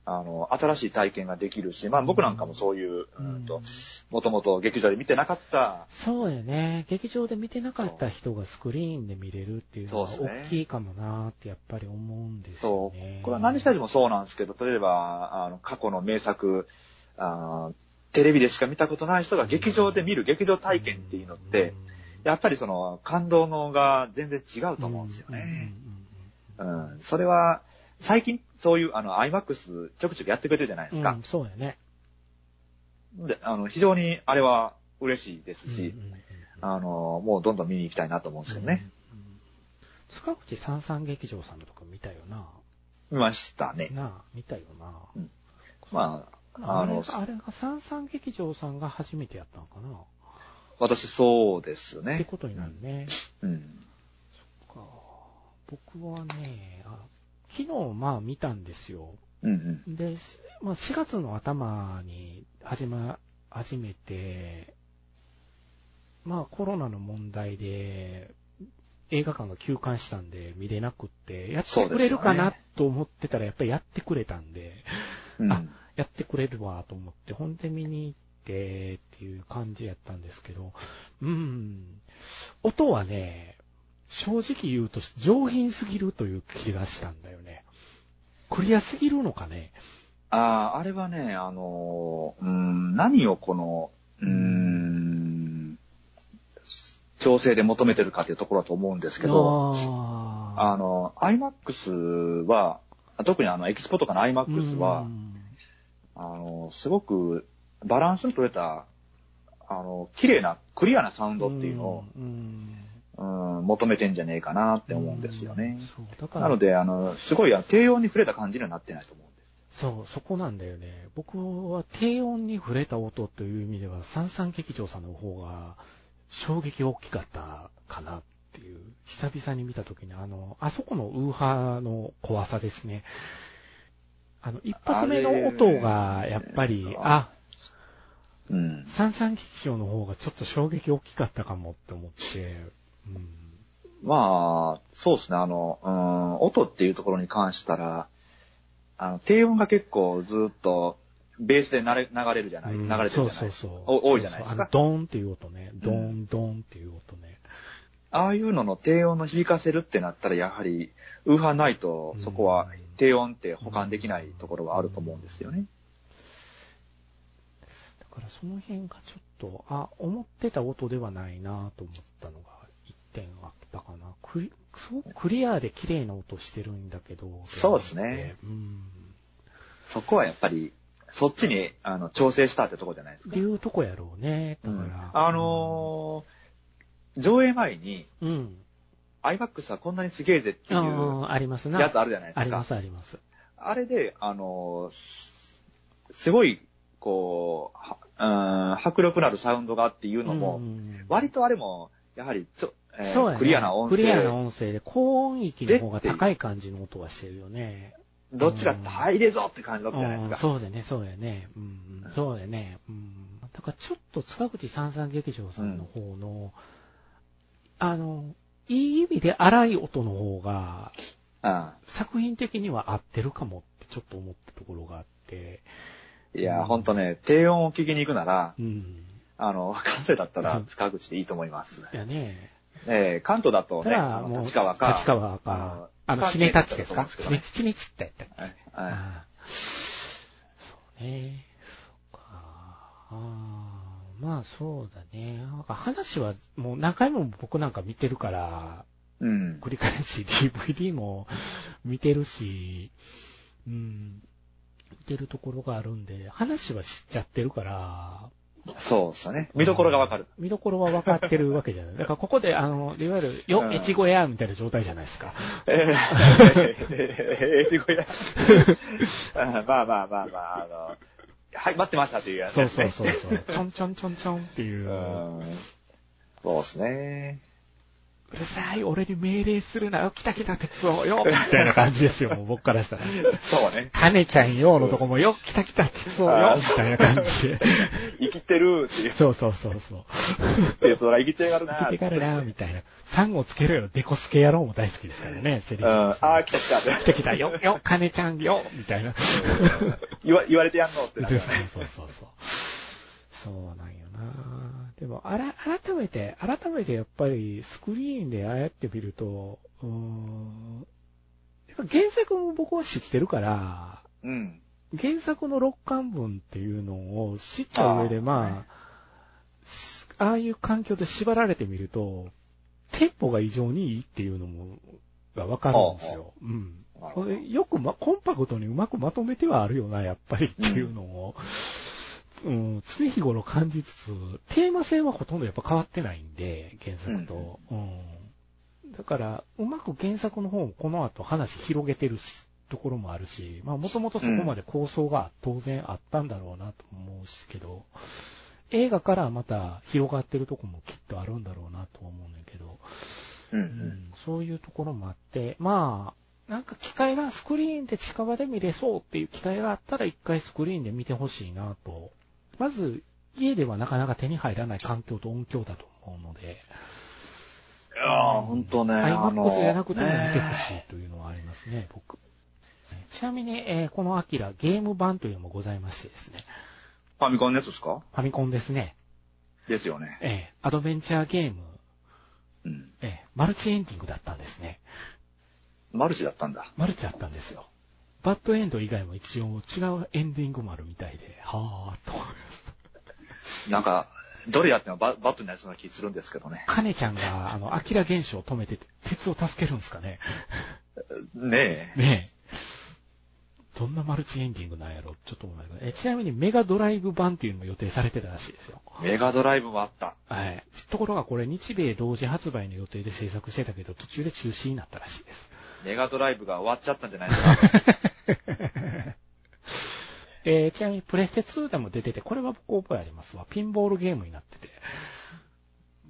B: あの、新しい体験ができるし、まあ僕なんかもそういう、うんと、もともと劇場で見てなかった、
A: そうよね。劇場で見てなかった人がスクリーンで見れるっていうのは
B: そうですね
A: 大きいかもなーってやっぱり思うんですよ
B: そう
A: ね。。
B: これは何したちもそうなんですけど、例えば、あの、過去の名作、あーテレビでしか見たことない人が劇場で見る劇場体験っていうのって、やっぱりその感動のが全然違うと思うんですよね。うん。それは、最近そういうあの IMAX ちょくちょくやってくれてるじゃないで
A: うん。
B: す
A: う
B: か
A: ん、。そうやね。
B: であの非常にあれは嬉しいですし
A: う、んうんうん
B: あの、もうどんどん見に行きたいなと思うんですよ
A: うん
B: ね。
A: うん塚口三三劇場さんのとこ見たよな。
B: 見ましたね。
A: なあ、見たよな。
B: うんまあ、
A: あ
B: あ
A: れ
B: の
A: が、あれが三三劇場さんが初めてやったのかな。
B: 私そうです
A: って
B: ね。
A: ことになるね。
B: うん。
A: か僕はね、あ昨日まあ見たんですよ。
B: うんうん。
A: で、しまあ、4月の頭に始ま、始めて、まあコロナの問題で映画館が休館したんで見れなくって、やってくれるか
B: そうですよ
A: な
B: ね
A: と思ってたらやっぱりやってくれたんで、
B: うん
A: あやってくれるわと思って、ほんで見に行ってっていう感じやったんですけど、うん、音はね、正直言うと上品すぎるという気がしたんだよね。クリアすぎるのかね。
B: ああ、あれはね、あのー、うーん、何をこの、うーん、調整で求めてるかっていうところだと思うんですけど、
A: あ
B: あの、IMAX は、特にあの、エキスポとかの
A: ー
B: IMAX は、あの、すごくバランスの取れた、あの、綺麗な、クリアなサウンドっていうのを、、
A: うんうん
B: うん、求めてんじゃねえかなって思うんですよね。
A: そうだから
B: なので、あの、すごいあの低音に触れた感じにはなってないと思うんです。
A: そう、そこなんだよね。僕は低音に触れた音という意味では、三三劇場さんの方が衝撃大きかったかなっていう、久々に見たときに、あの、あそこのウーハーの怖さですね。あの、一発目の音が、やっぱり、あ、
B: うん。
A: 三三劇場の方がちょっと衝撃大きかったかもって思って、うん。
B: まあ、そうですね、あの、うん、音っていうところに関したら、あの、低音が結構ずっと、ベースでなれ流れるじゃない、
A: うん
B: 流れてるじゃ
A: そ
B: な
A: う
B: い
A: そうそう。
B: お多いじゃないです
A: そうそうあ
B: か
A: の、。ドーンっていう音ね。ドー
B: う
A: ン、ドーンっていう音ね。
B: ああいうのの低音の響かせるってなったら、やはり、ウーハーないと、そこは低音って保管できないところはあると思うんですよね。
A: だからその辺がちょっと、あ、思ってた音ではないなと思ったのが一点あったかな。クリすごくクリアで綺麗な音してるんだけど。
B: そうですね。
A: うん。
B: そこはやっぱり、そっちに、あの、調整したってところじゃないです
A: っ
B: か
A: て。いうとこやろうね。だから。
B: うんあのー上映前に、
A: うん。
B: IMAX はこんなにすげえぜって
A: う
B: い
A: ん。あります
B: う
A: な。
B: やつあるじゃないで
A: あ
B: す
A: り
B: か。
A: ます、あります。
B: あれで、あのーすすごい、こうは、うん、迫力のあるサウンドがあっていうのも、
A: うん
B: 割とあれも、やはりちょ、えー
A: そうやね
B: クリアな音
A: クリアな
B: 声、
A: 音声で、高音域の方が高い感じの音はしてるよね。
B: どっちかって入れぞって感じだったじゃないで
A: う
B: す
A: ん、
B: か。
A: そうだね、そうだね。うん、そうだね。うん。だからちょっと塚口三三劇場さんの方の、あの、いい意味で荒い音の方が、
B: うん
A: 作品的には合ってるかもってちょっと思ったところがあって、
B: いや、ほんとね、低音を聞きに行くなら、
A: うん。
B: あの、関西だった
A: う
B: ら
A: ん
B: 塚口でいいと思います。
A: だね。
B: えー関東だと
A: た
B: ね、
A: だ、
B: あ
A: も
B: の
A: う、
B: 立川か、
A: 立川か、あ
B: あ
A: の、
B: の
A: シネタッチですか
B: 関
A: シ
B: 西だ
A: ネ
B: った
A: チチネチってやったっけ
B: はいはい
A: ああそうね。そっか。ああまあそうだね。なんか話はもう何回も僕なんか見てるから、
B: うん。
A: 繰り返し DVD も見てるし、うん、見てるところがあるんで、話は知っちゃってるから、
B: そうっすよね。見どころがわかる。。
A: 見どころは分かってるわけじゃない。だからここで、あの、いわゆる、よ
B: う、ん
A: 越後屋みたいな状態じゃないですか。
B: ええ、すごいな。あまあまあまあまあ、あの、はい、待ってましたっていうやつ
A: そう
B: です
A: そう
B: ね。
A: そうそう。ちょんちょんちょんちょんっていう。
B: うんそうですね。
A: うるさい、俺に命令するなよ、来た来た鉄夫よ、みたいな感じですよ、もう僕からしたら。
B: そうね。
A: カネちゃんよのとこもよ、来た来た鉄夫よ
B: あ、ー
A: みたいな感じで。
B: 生きてるっていう。
A: そうそうそうそう。
B: えそら生きてやがる
A: 来
B: な。
A: てから
B: う
A: な、みたいな。サンゴつけろよ、デコスケ野郎も大好きですからね、セリ
B: ん。
A: フ。
B: ああ、来た
A: 来
B: 来
A: てきたよ、よ、カネちゃんよ、みたいな。
B: た。言わ言われてやんのってな
A: そ
B: る
A: う
B: から ね。
A: そうそうそう。そうなんよなでも、あら、改めて、改めてやっぱりスクリーンでああやって見ると、うーん、やっぱ原作も僕は知ってるから、
B: うん。
A: 原作の六巻文っていうのを知った上で、
B: あー
A: まあ、すああいう環境で縛られてみると、テンポが異常にいいっていうのも、がわかるんですよ。うん。
B: なる
A: こ
B: ほど
A: れよく、ま、コンパクトにうまくまとめてはあるよな、やっぱりっていうのを、うん常日頃感じつつ、テーマ性はほとんどやっぱ変わってないんで、原作と。うんだから、うまく原作の方もこの後話広げてるしところもあるし、まあもともとそこまで構想が当然あったんだろうなと思うしけど、映画からまた広がってるとこもきっとあるんだろうなと思うんだけど、
B: うんう。
A: うんんそういうところもあって、まあ、なんか機会がスクリーンで近場で見れそうっていう機会があったら一回スクリーンで見てほしいなと。まず、家ではなかなか手に入らない環境と音響だと思うので、
B: いやー、ほんとね。あの
A: iMAX じゃなくても見てほ
B: ね
A: しいというのはありますね、僕。ちなみに、えーこのアキラゲーム版というのもございましてですね、
B: ファミコンのやつですか
A: ファミコンですね、
B: ですよね。
A: えーアドベンチャーゲーム、
B: うん。
A: えーマルチエンディングだったんですね。
B: マルチだったんだ。
A: マルチだったんですよ。バッドエンド以外も一応違うエンディングもあるみたいで、はぁーと思います。
B: なんか、どれやってもババットになりそうな気するんですけどね。
A: カネちゃんが、あの、アキラ現象を止めて、鉄を助けるんですかね。
B: ねえ。
A: ねえ。どんなマルチエンディングなんやろちょっと思いますえちなみにメガドライブ版っていうのも予定されてたらしいですよ。
B: メガドライブもあった。
A: はい。ところがこれ日米同時発売の予定で制作してたけど、途中で中止になったらしいです。
B: メガドライブが終わっちゃったんじゃないですか。
A: えーちなみにプレステ2でも出てて、これは僕覚えありますわ。ピンボールゲームになってて。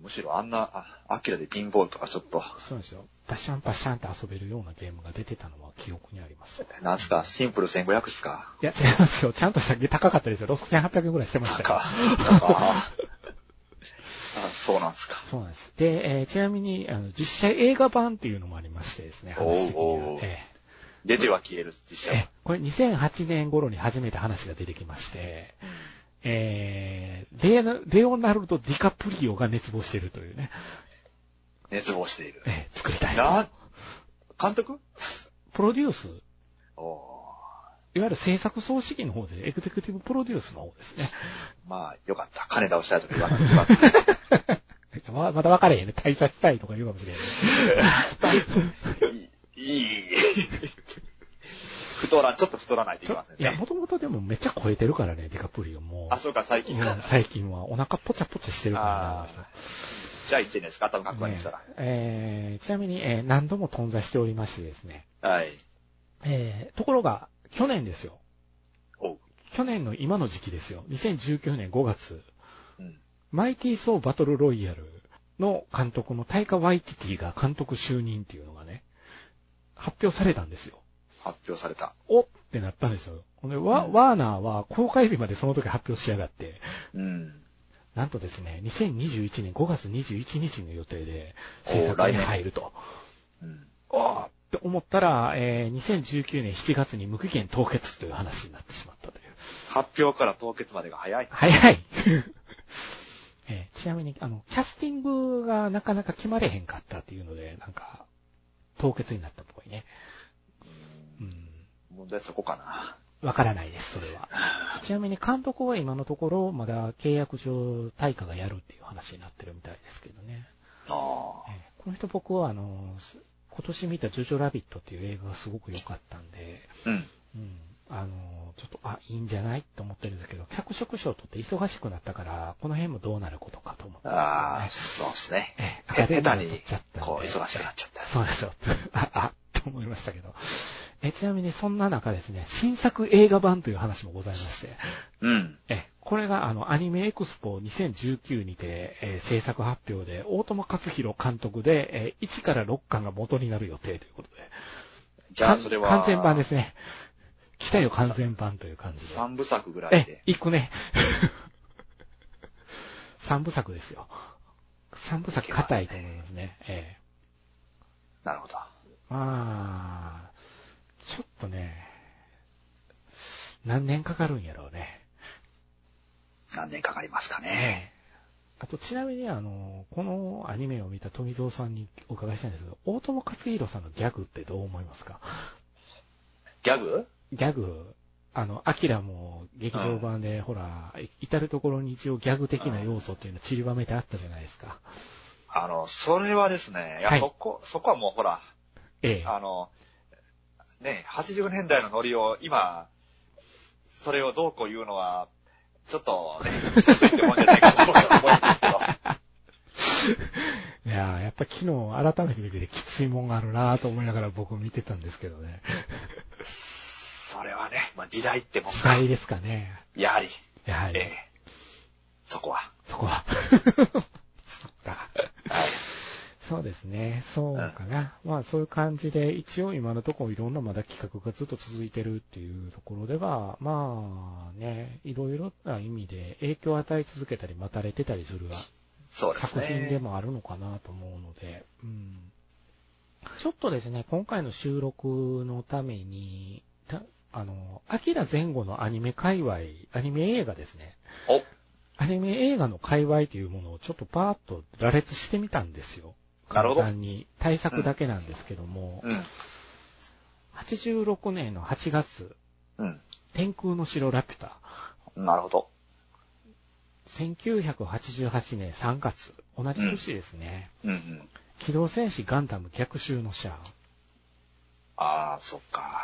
B: むしろあんな、あアキラでピンボールとかちょっと、
A: そうなんですよ。パシャンパシャンって遊べるようなゲームが出てたのは記憶にあります。
B: なんすか、シンプル1500っすか。
A: いや、違いますよ。ちゃんとした高かったですよ。6800円くらいしてましたよ
B: か。ああ、そうなんすか。
A: そうなんです。で、えーちなみに、あの、実写映画版っていうのもありましてですね、
B: おう
A: 話的には
B: おうおう
A: え
B: 出ては消える、
A: ー
B: 実
A: え
B: 写。
A: これ2008年頃に初めて話が出てきまして、えーレオレオナルド・ディカプリオが熱望してるというね、
B: 熱望している。
A: えー作りたい。
B: な、監督
A: プロデュース、い
B: お
A: わゆる制作総指揮の方で、エグゼクティブプロデュースの方ですね。
B: ーまあ、よかった。金倒したいとか言わなくてよかった。
A: ままだ分かれへんね。対策したいとか言うかもしれない。
B: いい、いい。太ら、ちょっと太らないといけません
A: いや、
B: ね。
A: もともとでもめっちゃ超えてるからね、ディカプリオも
B: あ、そうか、最近。
A: うん最近はお腹ポチャポチャしてるからなあの人
B: じゃあいってんですか、頭角がいいしたら。
A: えーちなみに、えー何度も頓挫しておりましてですね。
B: はい。
A: えーところが、去年ですよ。
B: おう。
A: 去年の今の時期ですよ。2019年5月、
B: うん。
A: マイティー・ソー・バトル・ロイヤルの監督のタイカ・ワイティティが監督就任っていうのがね、発表されたんですよ。
B: 発表された。
A: おってなったんですよ。ほんで、ワ
B: うん
A: ワーナーは公開日までその時発表しやがって、
B: うん。
A: なんとですね、2021年5月21日の予定で
B: お
A: 制作
B: 来
A: に
B: 年
A: 入ると。
B: うん。
A: ああって思ったら、えー2019年7月に無期限凍結という話になってしまったという。
B: 発表から凍結までが早い。
A: 早い、 えーちなみに、あの、キャスティングがなかなか決まれへんかったっていうので、なんか、凍結になったっぽいね。うん。
B: 問題はそこかな。
A: わからないです、それは。ちなみに監督は今のところ、まだ契約上、対価がやるっていう話になってるみたいですけどね。
B: あ
A: えーこの人僕は、あの、す今年見たジョジョラビットっていう映画がすごく良かったんで、
B: あ。うん。
A: うんあの、ちょっと、あ、いいんじゃないと思ってるんですけど、脚色賞取って忙しくなったから、この辺もどうなることかと思って
B: ああ、
A: す
B: そうですね。
A: けどね。ええ、アカ
B: 下
A: デミー
B: 手
A: が取
B: に
A: っちゃったん、で
B: こう、忙しくなっちゃった。
A: そうですよ。あ、あ、と思いましたけど。え、ちなみにそんな中ですね、新作映画版という話もございまして、
B: うん。
A: え、これがあの、アニメエクスポ2019にて、えー制作発表で、大友克弘監督で、えー1から6巻が元になる予定ということで。
B: じゃあ、それは。
A: 完全版ですね。来たよ、完全版という感じで。
B: 三部作ぐらい
A: え
B: で、。
A: 一個ね。 三部作ですよ。三部作硬いと思いますね。え
B: なるほど。
A: え。まあ、ちょっとね、何年かかるんやろうね。
B: 何年かかりますか
A: え
B: ね。
A: え。あと、ちなみに、あの、このアニメを見た富蔵さんにお伺いしたいんですけど、大友克弘さんのギャグってどう思いますか
B: ギャグ
A: ギャグ、あの、アキラも劇場版で、ほら、い至るところに一応ギャグ的な要素っていうのを散りばめてあったじゃないですか。
B: あの、それはですね、いや、
A: はい
B: そこ、そこはもうほら、
A: ええ。
B: あの、ね、80年代のノリを今、それをどうこう言うのは、ちょっと、 ね、きついってもんじゃないかと僕は思うんですけど。
A: いやーやっぱ昨日改めて見ててきついもんがあるなーと思いながら僕見てたんですけどね。
B: それはね、まあ、時代ってもん
A: 時
B: か、
A: 代ですかね。
B: やはり、
A: やはり
B: え、えそこは。
A: そこは。 そっか。そうですね。そうかな。まあそういう感じで、一応今のところいろんなまだ企画がずっと続いてるっていうところでは、まあね、いろいろな意味で影響を与え続けたり待たれてたりする
B: そうです
A: 作品で
B: ね。
A: もあるのかなと思うので、うん。ちょっとですね、今回の収録のために、たあの、アキラ前後のアニメ界隈、アニメ映画ですね。
B: お、
A: アニメ映画の界隈というものをちょっとパーッと羅列してみたんですよ。
B: なるほど
A: 簡単に。対策だけなんですけども、
B: うん、
A: 86年の8月、
B: うん、
A: 天空の城ラピュタ。
B: なるほど。
A: 1988年3月、同じ年ですね。
B: うん、うん。
A: 機動戦士ガンダム逆襲のシャア。
B: ああ、そっか。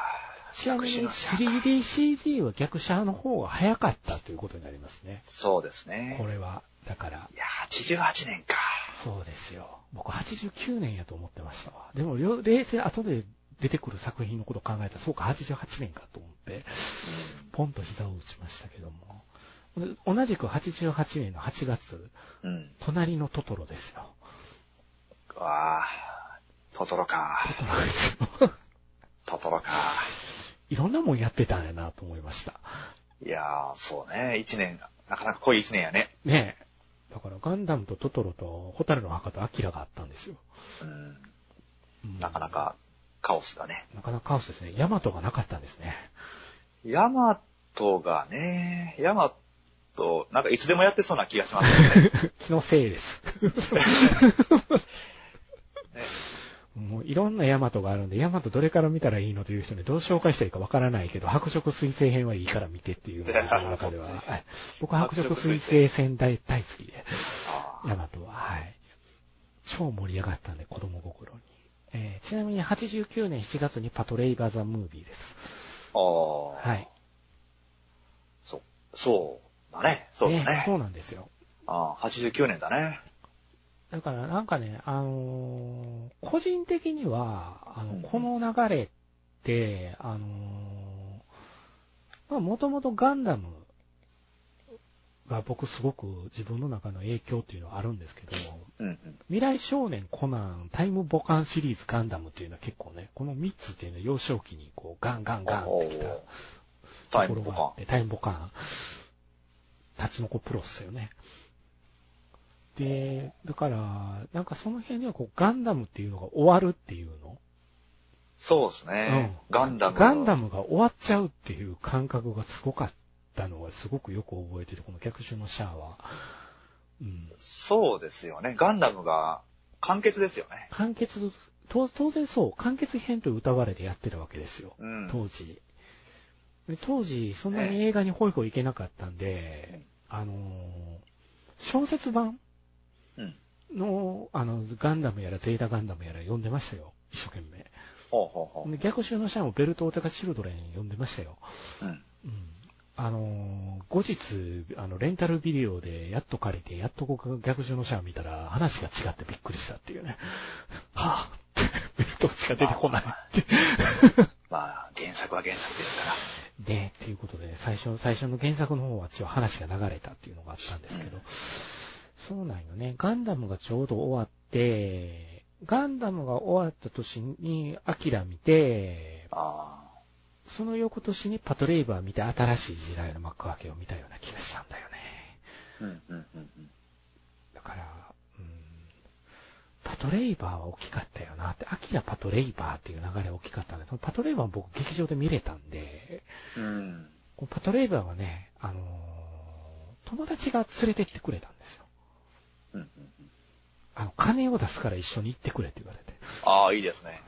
A: ちなみに
B: 逆襲のシャアか
A: 3DCG は逆シャアの方が早かったということになりますね。
B: そうですね。
A: これは。だから
B: い、や、88年か。
A: そうですよ。僕89年やと思ってましたわ。でも、両冷静、後で出てくる作品のことを考えたら、そうか、88年かと思って、ポンと膝を打ちましたけども。で同じく88年の8月、
B: うん。
A: 隣のトトロですよ。
B: ああ、トトロ
A: ト
B: か。
A: トロですよ。
B: トトロか。
A: いろんなもんやってたんやなと思いました。
B: いやー、そうね。一年、なかなか濃い一年やね。
A: ねえ。だからガンダムとトトロとホタルの墓とアキラがあったんですよ。
B: うん。
A: うん
B: なかな。かカオスだね。
A: なかなかカオスですね。ヤマトがなかったんですね。
B: ヤマトがね、ヤマト、なんかいつでもやってそうな気がします、ね。
A: 気 のせい です。もういろんなヤマトがあるんで、ヤマトどれから見たらいいのという人にどう紹介したらいいかわからないけど、白色水星編はいいから見てっていうの が僕の中では
B: そっち。
A: はい僕白色水星戦大大好きで、
B: あー
A: ヤマトは、はい。超盛り上がったんで、子供心に。えーちなみに89年7月にパトレイバーザムービーです。
B: あー。
A: はい。
B: そう。そうだね。そうだ
A: ねそ
B: ね。
A: うなんですよ。
B: ああ、89年だね。
A: だからなんかね、あのー個人的には、あ
B: うん
A: の、この流れって、あのーまあ、もともとガンダムが僕すごく自分の中の影響っていうのはあるんですけど、
B: うんうん。
A: 未来少年コナン、タイムボカンシリーズガンダムっていうのは結構ね、この3つっていうのは幼少期にこうガンガンガンってきた
B: おー
A: と
B: タイ
A: こ
B: ム
A: ろ
B: と
A: があ
B: か
A: っ。て、タイムボカン、立ちのこプロっすよね。で、だから、なんかその辺ではこうガンダムっていうのが終わるっていうの、
B: そうです
A: う
B: ね。
A: ん
B: ガンダム。
A: ガンダムが終わっちゃうっていう感覚がすごかったのはすごくよく覚えてて、この逆襲のシャアは。うん。
B: そうですよね。ガンダムが完結ですよね。
A: 完結、当当然そう、完結編という歌われでやってるわけですよ。
B: うん。
A: 当時。で当時、そんなに映画にホイホイ行けなかったんで、あのー小説版
B: うん。
A: の、あの、ガンダムやらゼータガンダムやら読んでましたよ。一生懸命。
B: ほうほうほう。
A: で逆襲のシャアもベルト・オテカ・チルドレン読んでましたよ。
B: うん。
A: うん。あのー後日、あの、レンタルビデオでやっと借りて、やっと僕が逆襲のシャア見たら、話が違ってびっくりしたっていうね。はぁ、 ベルトしか出てこないって。
B: まあ、原作は原作ですから。
A: で、っていうことで、最初、最初の原作の方は一応話が流れたっていうのがあったんですけど、そうなんよね。ガンダムがちょうど終わって、ガンダムが終わった年に、アキラ見て、
B: あ
A: その翌年にパトレイバー見て、新しい時代の幕開けを見たような気がしたんだよね。
B: あ。うんうんうんうん。
A: だから、うん、パトレイバーは大きかったよなって、アキラパトレイバーっていう流れは大きかったんで、そのパトレイバーも僕劇場で見れたんで、
B: うん。
A: このパトレイバーはね、あのー友達が連れてってくれたんですよ。
B: うんうん
A: あの、金を出すから一緒に行ってくれって言われて、
B: ああ、いいですね。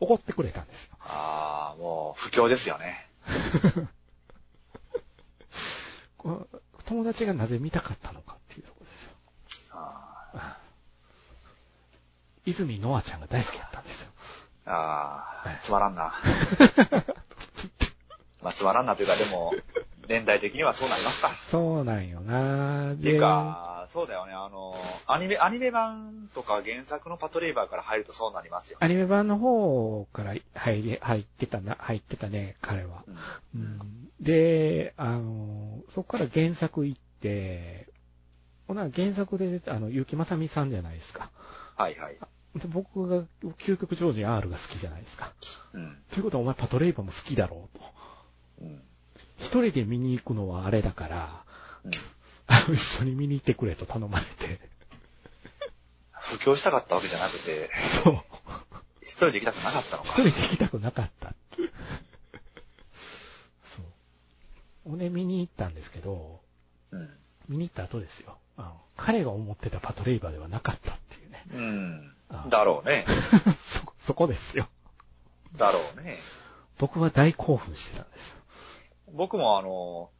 A: おごってくれたんですよ。
B: ああ、もう、不況ですよね。
A: こう友達がなぜ見たかったのかっていうところですよ。
B: あ
A: 泉ノアちゃんが大好きだったんですよ。
B: ーあー、つまら んな。まあ、つまらんなというか、でも、年代的にはそうなりますか。
A: そうなんよな
B: っていうか、そうだよね、あの、アニメ、アニメ版とか原作のパトレイバーから入るとそうなりますよ。
A: アニメ版の方から入り、入ってたな、入ってたね、彼は。
B: うん
A: うんで、あの、そこから原作行って、ほな原作で、あの、結城正美さんじゃないですか。
B: はいはい。
A: で僕が、究極ジョージ R が好きじゃないですか。
B: うん。
A: ということはお前パトレイバーも好きだろうと。
B: うん。
A: 一人で見に行くのはあれだから、
B: うん
A: あの一緒に見に行ってくれと頼まれて。
B: 不況したかったわけじゃなくて、
A: そう。
B: 一人で行きたくなかったの
A: 一
B: か
A: 人。で行きたくなかったって。そう。俺見に行ったんですけど、
B: うん。
A: 見に行った後ですよ。あの彼が思ってたパトレイバーではなかったっていうね。
B: うん
A: あ。
B: だろうね。
A: そ、そこですよ。
B: だろうね。
A: 僕は大興奮してたんですよ。
B: 僕もあの、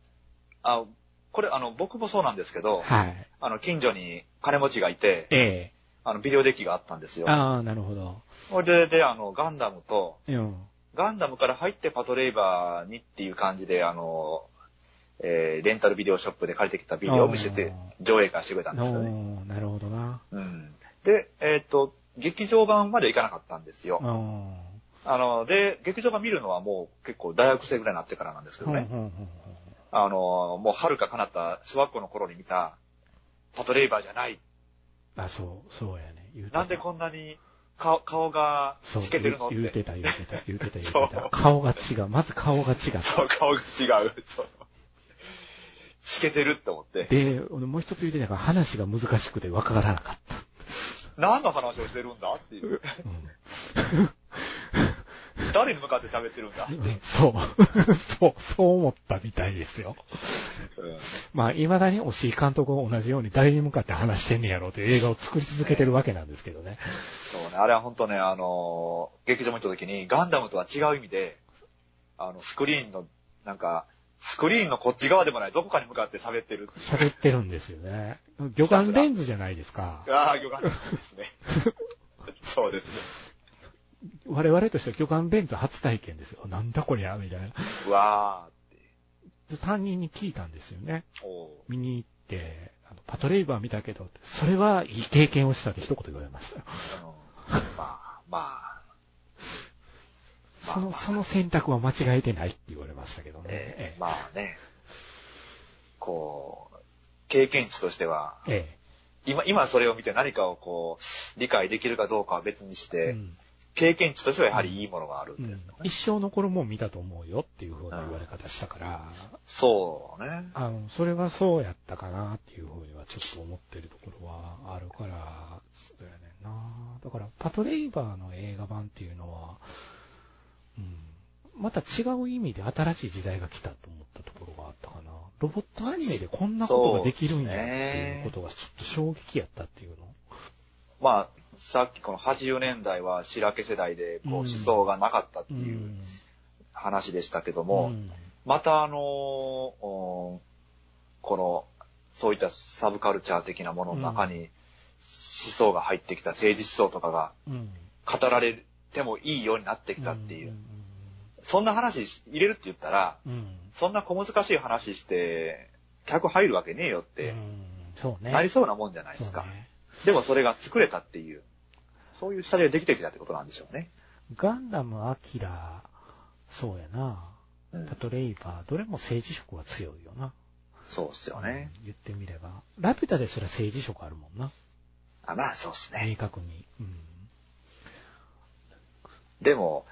B: あ、これあの、僕もそうなんですけど、
A: はい。
B: あの、近所に金持ちがいて、
A: え
B: あの、ビデオデッキがあったんです
A: え
B: よ。
A: ああ、なるほど。
B: それで、で、あの、ガンダムと、
A: うん。
B: ガンダムから入ってパトレイバーにっていう感じで、あの、えーレンタルビデオショップで借りてきたビデオを見せて上映会してくれたんですよね。
A: おーなるほどな。
B: うん。で、えっ、と、劇場版まで行かなかったんですよ。
A: うん。
B: あの、で、劇場が見るのはもう結構大学生ぐらいになってからなんですけどね。
A: うんうんうんうん
B: あの、もう遥か彼方、小学校の頃に見た、パトレイバーじゃない。
A: あ、そう、そうやね。言うてた
B: なんでこんなに顔顔が
A: そう
B: つけてるのっ
A: 言う言う
B: て。
A: てた、言うてた、言うてた、言うて
B: そ
A: た
B: う。
A: 顔が違う。まず顔が違った
B: そう、顔が違う。そう。つけてるって思って。
A: で、俺もう一つ言うてたから話が難しくてわからなかった。
B: 何の話をしてるんだっていう。誰に向かって喋ってるんだって。
A: うん そう。そう、そう思ったみたいですよ。
B: うん
A: まあ、未だに押井監督は同じように誰に向かって話してんねやろうという映画を作り続けてるわけなんですけどね。
B: そうね、あれは本当ね、あのー劇場見た時に、ガンダムとは違う意味で、あの、スクリーンの、なんか、スクリーンのこっち側でもない、どこかに向かって喋ってる。
A: 喋ってるんですよね。魚眼レンズじゃないですか。
B: ああ、よかったですね。 そうです
A: 我々としては魚眼レンズ初体験ですよ。なんだこりゃみたいな。
B: ね。うわ
A: 担任に聞いたんですよね。
B: ーおう
A: 見に行って、あのパトレイバー見たけどって、それはいい経験をしたって一言言われましたよ。
B: あのまあ、まあ、
A: その、その選択は間違えてないって言われましたけどね。
B: え
A: え
B: ーまあね、こう、経験値としては、
A: ええ
B: 今、今それを見て何かをこう、理解できるかどうかは別にし
A: え
B: て、
A: うん
B: 経験値としてはやはりいいものがあるん
A: う
B: ですよ
A: ん
B: ね。
A: 一生残るもん見たと思うよっていう風な言われ方したから、
B: そうね。
A: あの、それはそうやったかなっていう風にはちょっと思ってるところはあるから、そうやねんな。だから、パトレイバーの映画版っていうのは、うん、また違う意味で新しい時代が来たと思ったところがあったかな。ロボットアニメでこんなことができるんやっていうことがちょっと衝撃やったっていうの。
B: まあ、さっきこの80年代は白毛世代でこう
A: うん
B: 思想がなかったって
A: う。
B: いうん話でしたけど
A: う
B: も、
A: ん
B: またあのーおーこの、そういったサブカルチャー的なものの中に思想が入ってきた、政治思想とかが
A: うん。
B: 語られてもいいようになってきたっていう、
A: ん
B: そんな話入れるって言ったら、
A: うん。うん。
B: そんな小難しい話して、客入るわけねえよっ
A: う
B: て、
A: んそうね。
B: なりそうなもんじゃないですか。
A: そうね
B: でもそれが作れたっていう、そういう下地ができてきたってことなんでしょうね。
A: ガンダム、アキラ、そうやな。
B: うん
A: パトレイバー、どれも政治色は強いよな。
B: そうっすよね。
A: うん言ってみれば。ラピュタですら政治色あるもんな。
B: あまあ、そうっすね。
A: 明確に。うん。
B: でも、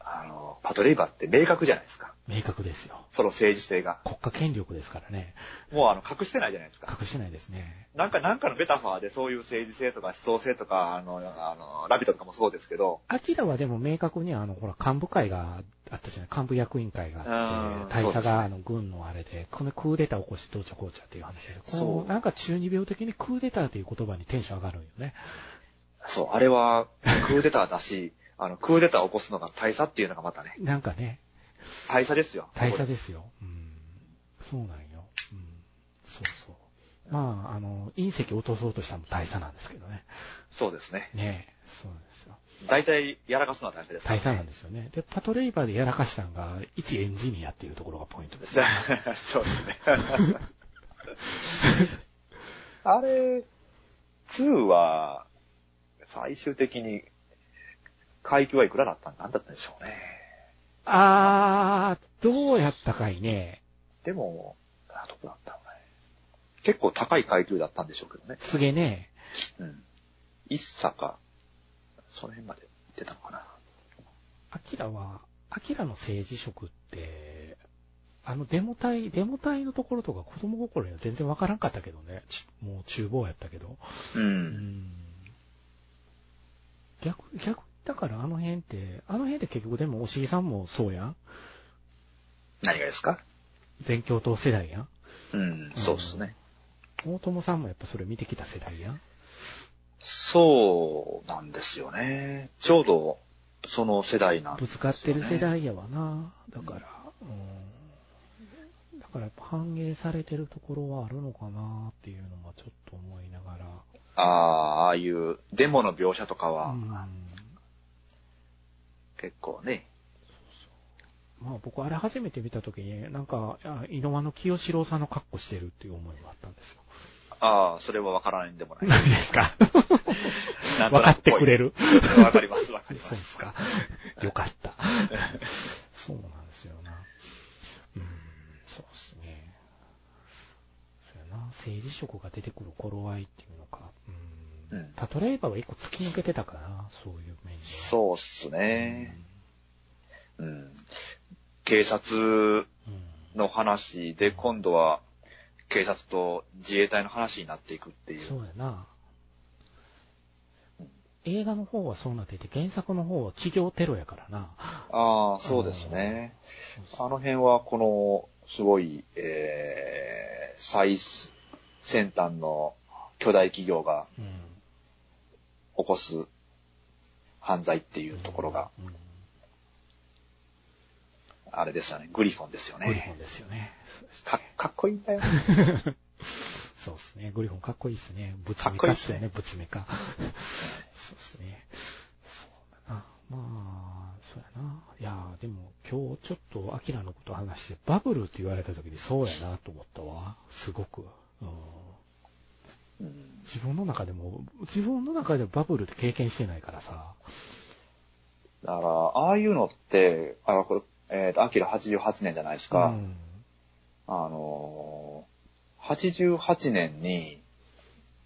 B: あの、パトレイバーって明確じゃないですか。
A: 明確ですよ。
B: その政治性が。
A: 国家権力ですからね。
B: もうあの、隠してないじゃないですか。
A: 隠してないですね。
B: なんか、なんかのメタファーでそういう政治性とか思想性とか、あの、あの、ラビットとかもそうですけど、
A: アキラはでも明確にあの、ほら、幹部会があったじゃない、幹部役員会があって、
B: うん
A: 大佐
B: そうですね
A: があの、軍のあれで、このクーデターを起こしてどうちゃこうちゃっていう話で、
B: そう
A: このなんか中二病的にクーデターという言葉にテンション上がるんよね。
B: そう、あれはクーデターだし、 あの、クーデターを起こすのが大佐っていうのがまたね、
A: なんかね、
B: 大佐ですよ。
A: 大佐
B: こ
A: ですよ。うん。そうなんよ。うん。そうそう。まあ、あの、隕石落とそうとしたのも大佐なんですけどね。
B: れそうですね。
A: ねえ、そうなんですよ。
B: 大体、やらかすのは大佐ですから
A: 大佐なんですよね。で、パトレイバーでやらかしたのが、一エンジニアっていうところがポイントですね。
B: そうで すね。あれ、2は、最終的に、階級はいくらだったんなんだったんでしょうね。
A: あー、どうやったかいね。
B: でも、あどこだったのね。結構高い階級だったんでしょうけどね。
A: すげね。
B: うん。一坂、その辺まで行ってたのかな。
A: アキラは、アキラの政治色って、あのデモ隊、デモ隊のところとか子供心には全然わからんかったけどね。ちもう厨房やったけど。
B: う。
A: うんん逆、逆、だからあの辺って、あの辺って結局でも、おしぎさんもそうやん。
B: 何がですか
A: 全教頭世代やん。
B: うん、そうですね。
A: 大友さんもやっぱそれ見てきた世代やん。
B: そうなんですよね。ちょうど、その世代なん
A: ぶ
B: です
A: つ
B: よね
A: かってる世代やわな。だから、うん。だからやっぱ反映されてるところはあるのかなっていうのはちょっと思いながら。
B: ああ、ああいうデモの描写とかは
A: うん。
B: 結構ね、
A: まあ僕あれ初めて見た時に、なんか、あ井上の清志郎さんの格好してるっていう思いもあったんですよ。
B: あ あ、それはわからないんでもない。
A: 何ですか
B: なんと
A: 分か
B: な
A: っ
B: く
A: て
B: ぽい
A: くれ。る。
B: わかります、わかあり
A: そう
B: ま。
A: ですすか。よかった。 そうなんですよな。うん、そうですね。そうやな。政治色が出てくる頃合いっていうのか。うん。
B: うん
A: パトレーバーは一個突き抜けてたかな、そういう面では。
B: そうっす
A: う
B: ね。うん。警察
A: ん。
B: の話で、今度は警察と自衛隊の話になっていくって
A: うん。
B: い。
A: そううやな。映画の方はそうなっていて、原作の方は企業テロやからな。
B: ああ、そうですね。あの辺は、この、すごい、えー、最先端の巨大企業が
A: うん。
B: 起こす犯罪っていうところが、
A: うん。
B: あれですよね。グリフォンですよ
A: グリフォ
B: ね
A: ン。ですよね。そうですね
B: かかっこいいん だよ。
A: そうですね。グリフォンかっこいいですね。ぶち
B: か
A: め
B: っ
A: か
B: こいい
A: っ
B: っ
A: す
B: す
A: よ
B: ね
A: ね、ぶちめか。 そうですね。そうだな。まあ、そうやな。いやーでも今日ちょっとアキラのこと話して、バブルって言われた時にそうやなと思ったわ。すごく。うん
B: うん
A: 自分の中でも、自分の中でバブルって経験してないからさ。
B: だから、ああいうのって、あこれ、えっ、と、アキラ88年じゃないです
A: う
B: か。
A: ん。
B: あのー、88年に、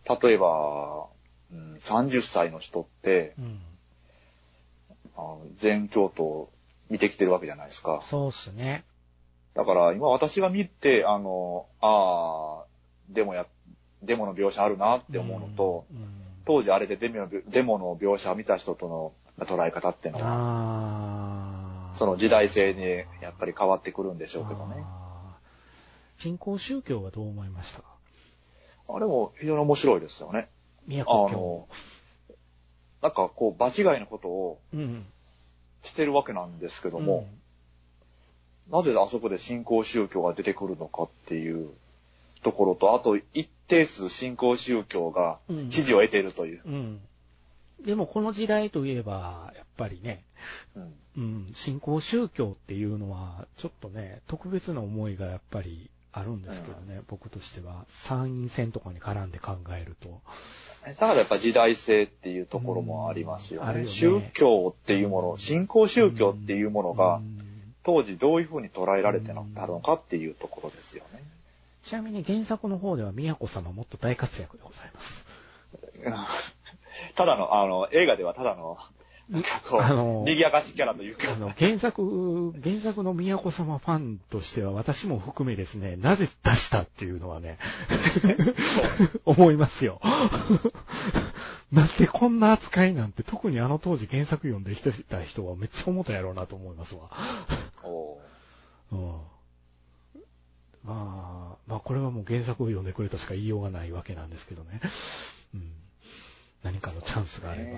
B: 例えば、うん、30歳の人って、
A: うん。
B: あの全教徒見てきてるわけじゃないですか。
A: そうっすね。
B: だから、今私が見て、あのー、ああ、デモや、デモの描写あるなって思うのと、
A: うん、
B: 当時あれでデモのデモの描写を見た人との捉え方っていうのは、
A: あー
B: その時代性でやっぱり変わってくるんでしょうけどね。
A: あー信仰宗教はどう思いました
B: あれも非常に面白いですよね。
A: 宮
B: あ
A: 古
B: の
A: 教。、
B: なんかこう、場違いのことを
A: うん。
B: してるわけなんですけども、なぜあそこで新興宗教が出てくるのかっていうところと、あと一定数新興宗教が
A: うん
B: 支持を得ているという。
A: うん。うん。でもこの時代といえば、やっぱりね、
B: うん
A: うん、信仰宗教っていうのは、ちょっとね、特別な思いがやっぱりあるんですけどね、僕としては。参院選とかに絡んで考えると。
B: だからやっぱ時代性っていうところもありますよ
A: うんある
B: ね。
A: よね
B: 宗教っていうもの、新興宗教っていうものが、
A: うん
B: 当時どういうふうに捉えられてたのかっていうところですよね。
A: ちなみに原作の方では宮子様もっと大活躍でございます。
B: ただの、あの、映画ではただの、なんかこう、
A: あの
B: 賑やかしキャラというか
A: あ、の、原作、原作の宮子様ファンとしては、私も含めですね、なぜ出したっていうのはね、思いますよ。なんでこんな扱いなんて、特にあの当時原作読んできてた人はめっちゃ思ったやろうなと思いますわ。
B: お
A: うん。まあ、まあこれはもう原作を読んでくれとしか言いようがないわけなんですけどね。うん。何かのチャンスがあれば。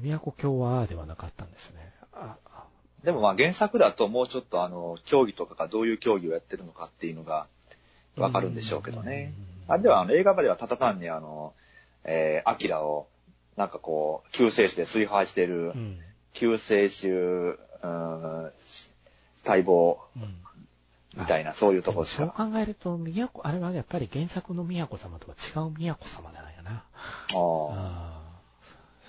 A: 宮古京はではなかったんですよね。ああ
B: でもまあ原作だともうちょっとあの、競技とかがどういう競技をやってるのかっていうのがわかるんでしょうけどね。あれではあの映画まではただ単にあの、えー、アキラを、なんかこう、救世主で崇拝して
A: う、
B: る
A: ん。
B: 救世主、うん、待望
A: うん。
B: みたいな、そういうところし
A: そう
B: か。
A: 考えると、宮古、あれはやっぱり原作の宮古様とは違う宮古様なんやな。
B: ああ
A: ああ。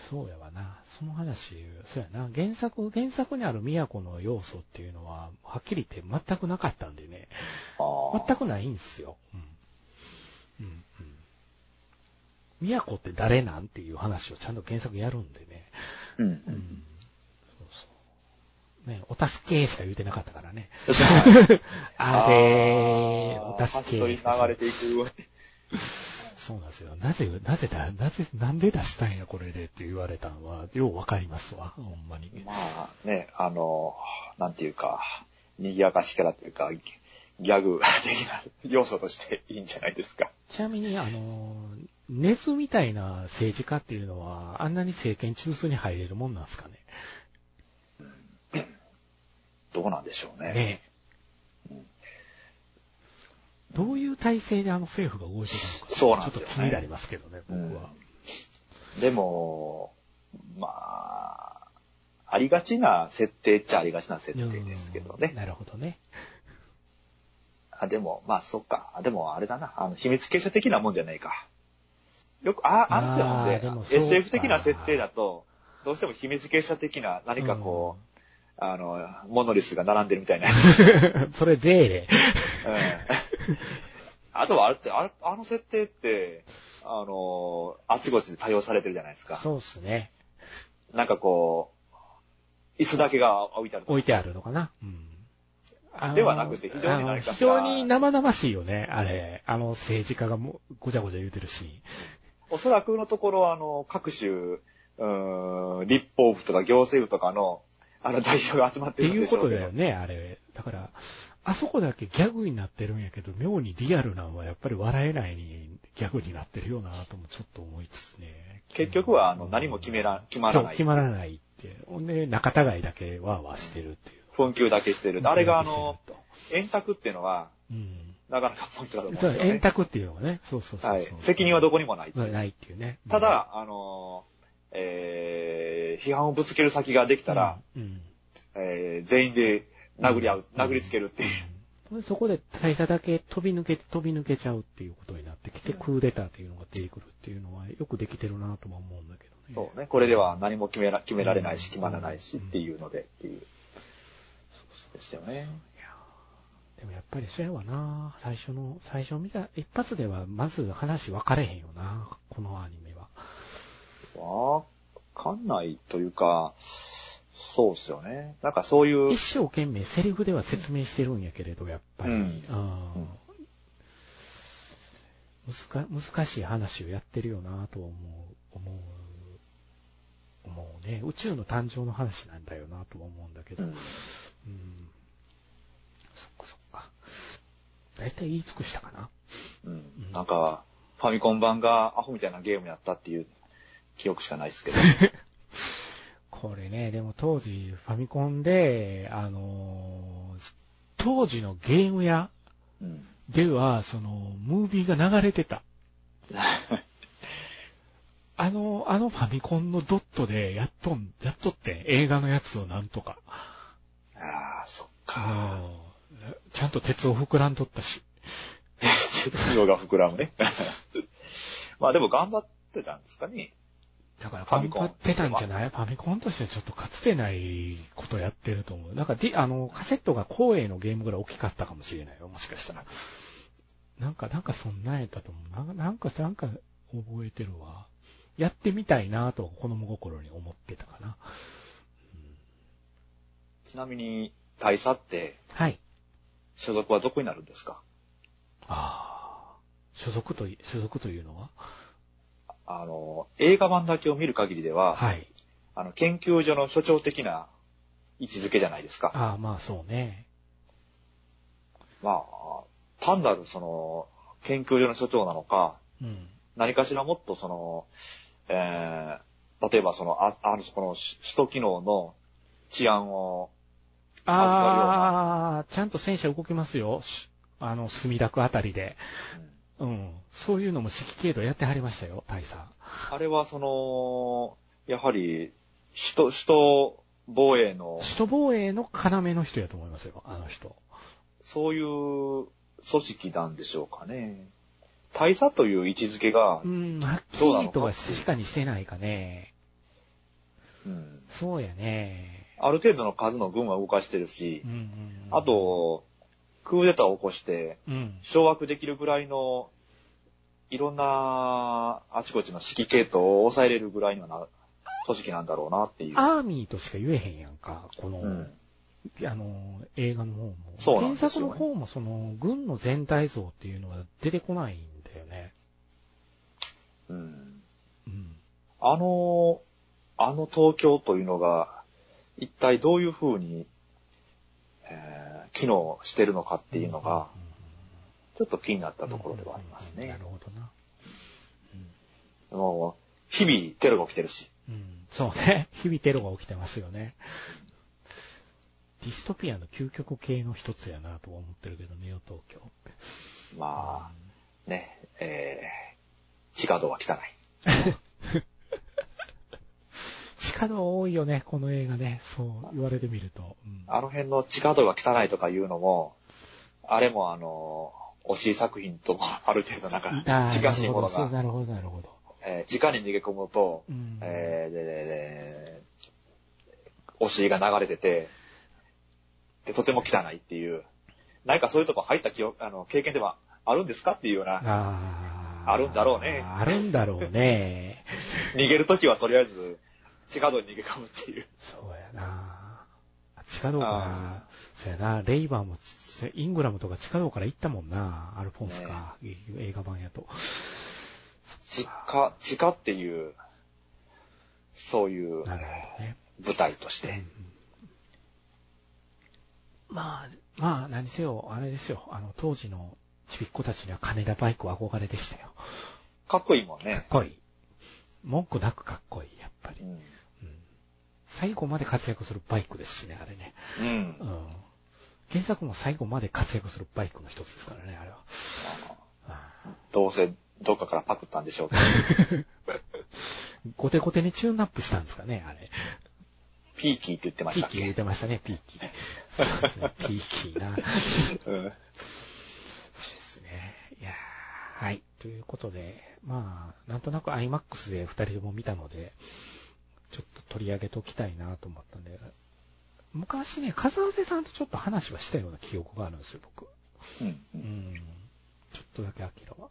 A: そうやわな。その話、そうやな。原作、原作にある宮古の要素っていうのは、はっきり言って全くなかったんでね。
B: ああ
A: 全くないんすよ。うん。うん。うん。宮古って誰なんっていう話をちゃんと原作やるんでね。
B: うん
A: う。 んそうそう。ね、お助けしか言うてなかったからね。あれー、
B: あ
A: お
B: ー
A: 助
B: 端
A: け
B: っこに流れていく。
A: そうなんですよ。なぜ、なぜだ、なぜ、なんで出したんや、これでって言われたんは、ようわかりますわ、ほんまに。
B: まあね、あの、なんていうか、賑やかしキャラというか、ギギャグ的な要素としていいんじゃないですか。
A: ちなみに、あの、ネズみたいな政治家っていうのは、あんなに政権中枢に入れるもんなんですかね。
B: どうなんでしょうね。
A: ねえ。どういう体制であの政府が動いてるのか、
B: そうなんです
A: ちょ
B: よね
A: っと気になりますけどね、僕
B: うん
A: は。
B: でも、まあ、ありがちな設定っちゃありがちな設定ですけど
A: う
B: ね
A: ん。なるほどね。
B: あ、でも、まあ、そっか。あでも、あれだな。あの、秘密結社的なもんじゃないか。よく、あ、あんた
A: あーで
B: な
A: も
B: ん
A: そ
B: で、
A: うか
B: SF 的な設定だと、どうしても姫路結社的な何かこう、あの、モノリスが並んでる みたいな。うん。
A: それゼーレ。
B: あとはあれって、あれあの設定って、あの、あちこちで対応されてるじゃないですか。
A: そうっすね。
B: なんかこう、椅子だけが置いてある。
A: 置いてあるのかな。うん。あの
B: ではなくて非常に
A: あの
B: 何か
A: 非常に生々しいよね、あれ。あの政治家がもうごちゃごちゃ言うてるシーン。
B: おそらくのところ、あの、各種、うーん、立法府とか行政府とかの、あの代表が集まっ
A: って
B: てる
A: い
B: んで
A: う
B: し
A: こ
B: ょう
A: と
B: け
A: だ
B: ど
A: よ。ね、あれ。だから、あそこだけギャグになってるんやけど、妙にリアルなのはやっぱり笑えないにギャグになってるよなともちょっと思いつつね。
B: 結局は、あの、何も決めら、決ま
A: そ
B: ら
A: う、
B: ない
A: 決。まらないって。ほんで、仲違いだけわーわーしてるっていう。
B: 紛糾だけしてる。あれが、あの、、円卓っていうのは、
A: うん。
B: なかなかポイントだと思うん
A: そ
B: で
A: う
B: す、よね
A: 円。卓っていうのがね。そうそうそうそう。
B: はい。責任はどこにもない。
A: ないっていうね。
B: ただ、あの、えー、批判をぶつける先ができ
A: うん、
B: たら、
A: うん、
B: えー、全員で殴り合う、
A: うん
B: 殴りつけるっていう。
A: うんそこで会社だけ飛び抜けて飛び抜けちゃうっていうことになってきて、クーデターっていうのが出てくるっていうのはよくできてるなとは思うんだけどね。
B: そうね。これでは何も決めら決められないし、決まらないし
A: う
B: っ
A: ん
B: ていうので、っていう。ですよね。
A: でもやっぱりそうやわな最初の、最初見た、一発ではまず話分かれへんよなこのアニメは。
B: わかんないというか、そうっすよね。なんかそういう
A: 一、生懸命セリフでは説明してるんやけれど、やっぱり。
B: うん
A: あー
B: うん
A: 難難しい話をやってるよなとは思う、思う、思うね。宇宙の誕生の話なんだよなとは思うんだけど。
B: う
A: うん。
B: ん
A: そっかそっか。だいたい言い尽くしたかな。
B: うんなんか、ファミコン版がアホみたいなゲームやったっていう記憶しかないですけど。
A: これね、でも当時ファミコンで、あのー当時のゲーム屋
B: うん
A: では、その、ムービーが流れて た。あの、あのファミコンのドットでやっとん、やっとって映画のやつをなんとか。
B: ああ、そっか。
A: あーちゃんと鉄を膨らんとったし。
B: 必要が膨らむね。 まあでも頑張ってたんですかね。
A: だから
B: ファ
A: 頑
B: ミコン
A: 張ってたんじゃないファミコンとしてはちょっとかつてないことやってると思う。なんか、D、あの、カセットが光栄のゲームぐらい大きかったかもしれないよ、もしかしたら。なんか、なんかそんなんやったと思う。なんか、なんか、なんか覚えてるわ。やってみたいなと子供心に思ってたかな。
B: ちなみに、大佐って、
A: はい。
B: 所属はどこになるんですか
A: ああ。所属とい、所属というのは
B: あの、映画版だけを見る限りでは、
A: はい。
B: あの、研究所の所長的な位置づけじゃないですか。
A: ああ、まあそうね。
B: まあ、単なるその、研究所の所長なのか、
A: うん。
B: 何かしらもっとその、えー、例えばその、あ、あの、この首都機能の治安を、
A: ああ、ちゃんと戦車動きますよ。しあの、墨田区あたりで。
B: う
A: う
B: ん
A: ん。そういうのも指揮系統やってはりましたよ、大佐。
B: あれはその、やはり、首都、首都防衛の、
A: 首都防衛の要の人やと思いますよ、あの人。
B: そういう組織なんでしょうかね。大佐という位置づけが
A: う、ん、はっき
B: そうな
A: り
B: の
A: と
B: か
A: は確かにしてないかね。
B: うん
A: そうやね。
B: ある程度の数の軍は動かしてるし
A: うん、うん、うん
B: あ、と、クーデターを起こして、
A: うん。
B: 掌握できるぐらいの、いろんな、あちこちの指揮系統を抑えれるぐらいのな、組織なんだろうなっていう。
A: アーミーとしか言えへんやんか、この、
B: うん。
A: あの、映画の方も。
B: そうなんですよ
A: 原作の方も、その、軍の全体像っていうのは出てこないんだよね。
B: うん。
A: うん。
B: あの、あの東京というのが、一体どういう風に、えー機能してるのかっていうの
A: う
B: が、
A: ん、
B: ちょっと気になったところではあります
A: うんな
B: ね
A: る。ほどな。
B: もう、日々テロが起きてるし。
A: うん、そうね。 日々テロが起きてますよね。ディストピアの究極系の一つやなとは思ってるけどね、よ東京。
B: まあ、ね、えー、地下道は汚い。
A: 地下道多いよね、この映画ね。そう言われてみると。うん、
B: あの辺の地下道が汚いとかいうのも、あれもあの、惜しい作品ともある程度なん
A: あ
B: か、
A: ー
B: 近しいも
A: な
B: の
A: るほどそう
B: が、
A: なるほど、なるほど。
B: えー、地下に逃げ込むと
A: う、ん
B: えーででで C が流れてて、で、とても汚いっていう、なんかそういうとこ入った記憶、あの、経験ではあるんですかっていうような、
A: あー
B: あるんだろうね
A: あるんだろう ね。
B: 逃げるときはとりあえず、地下道に逃げ込むっていう。
A: そうやな。地下道から、そうやな、レイバーも、イングラムとか地下道から行ったもんな、アルフォンスか、映画版やと。
B: 地下、地下っていう、そういう
A: なるほどね。
B: 舞台とし
A: うんう
B: て
A: ん。まあ、まあ、何せよ、あれですよ、あの、当時のちびっ子たちには金田バイクは憧れでしたよ。
B: かっこいいもん
A: かっ
B: ね。
A: こいい。文句なくかっこいい、やっぱり
B: う。ん。
A: うん最後まで活躍するバイクですしね、あれね。
B: うん
A: うん。原作も最後まで活躍するバイクの一つですからね、あれは。
B: どうせ、どっかからパクったんでしょうけど。
A: ゴテゴテにチューンアップしたんですかね、あれ。
B: ピーキーって言ってまし
A: ピ
B: た
A: ー
B: っ
A: キー言
B: け
A: ってましたね、ピーキー。そうですね、ピーキーな。
B: うん。
A: そうですね。いやーはい。ということで、まあ、なんとなく IMAX で二人とも見たので、ちょっと取り上げときたいなと思ったんで、昔ね、風瀬さんとちょっと話はしたような記憶があるんですよ、僕。
B: うんう
A: うんん。ちょっとだけアキラは。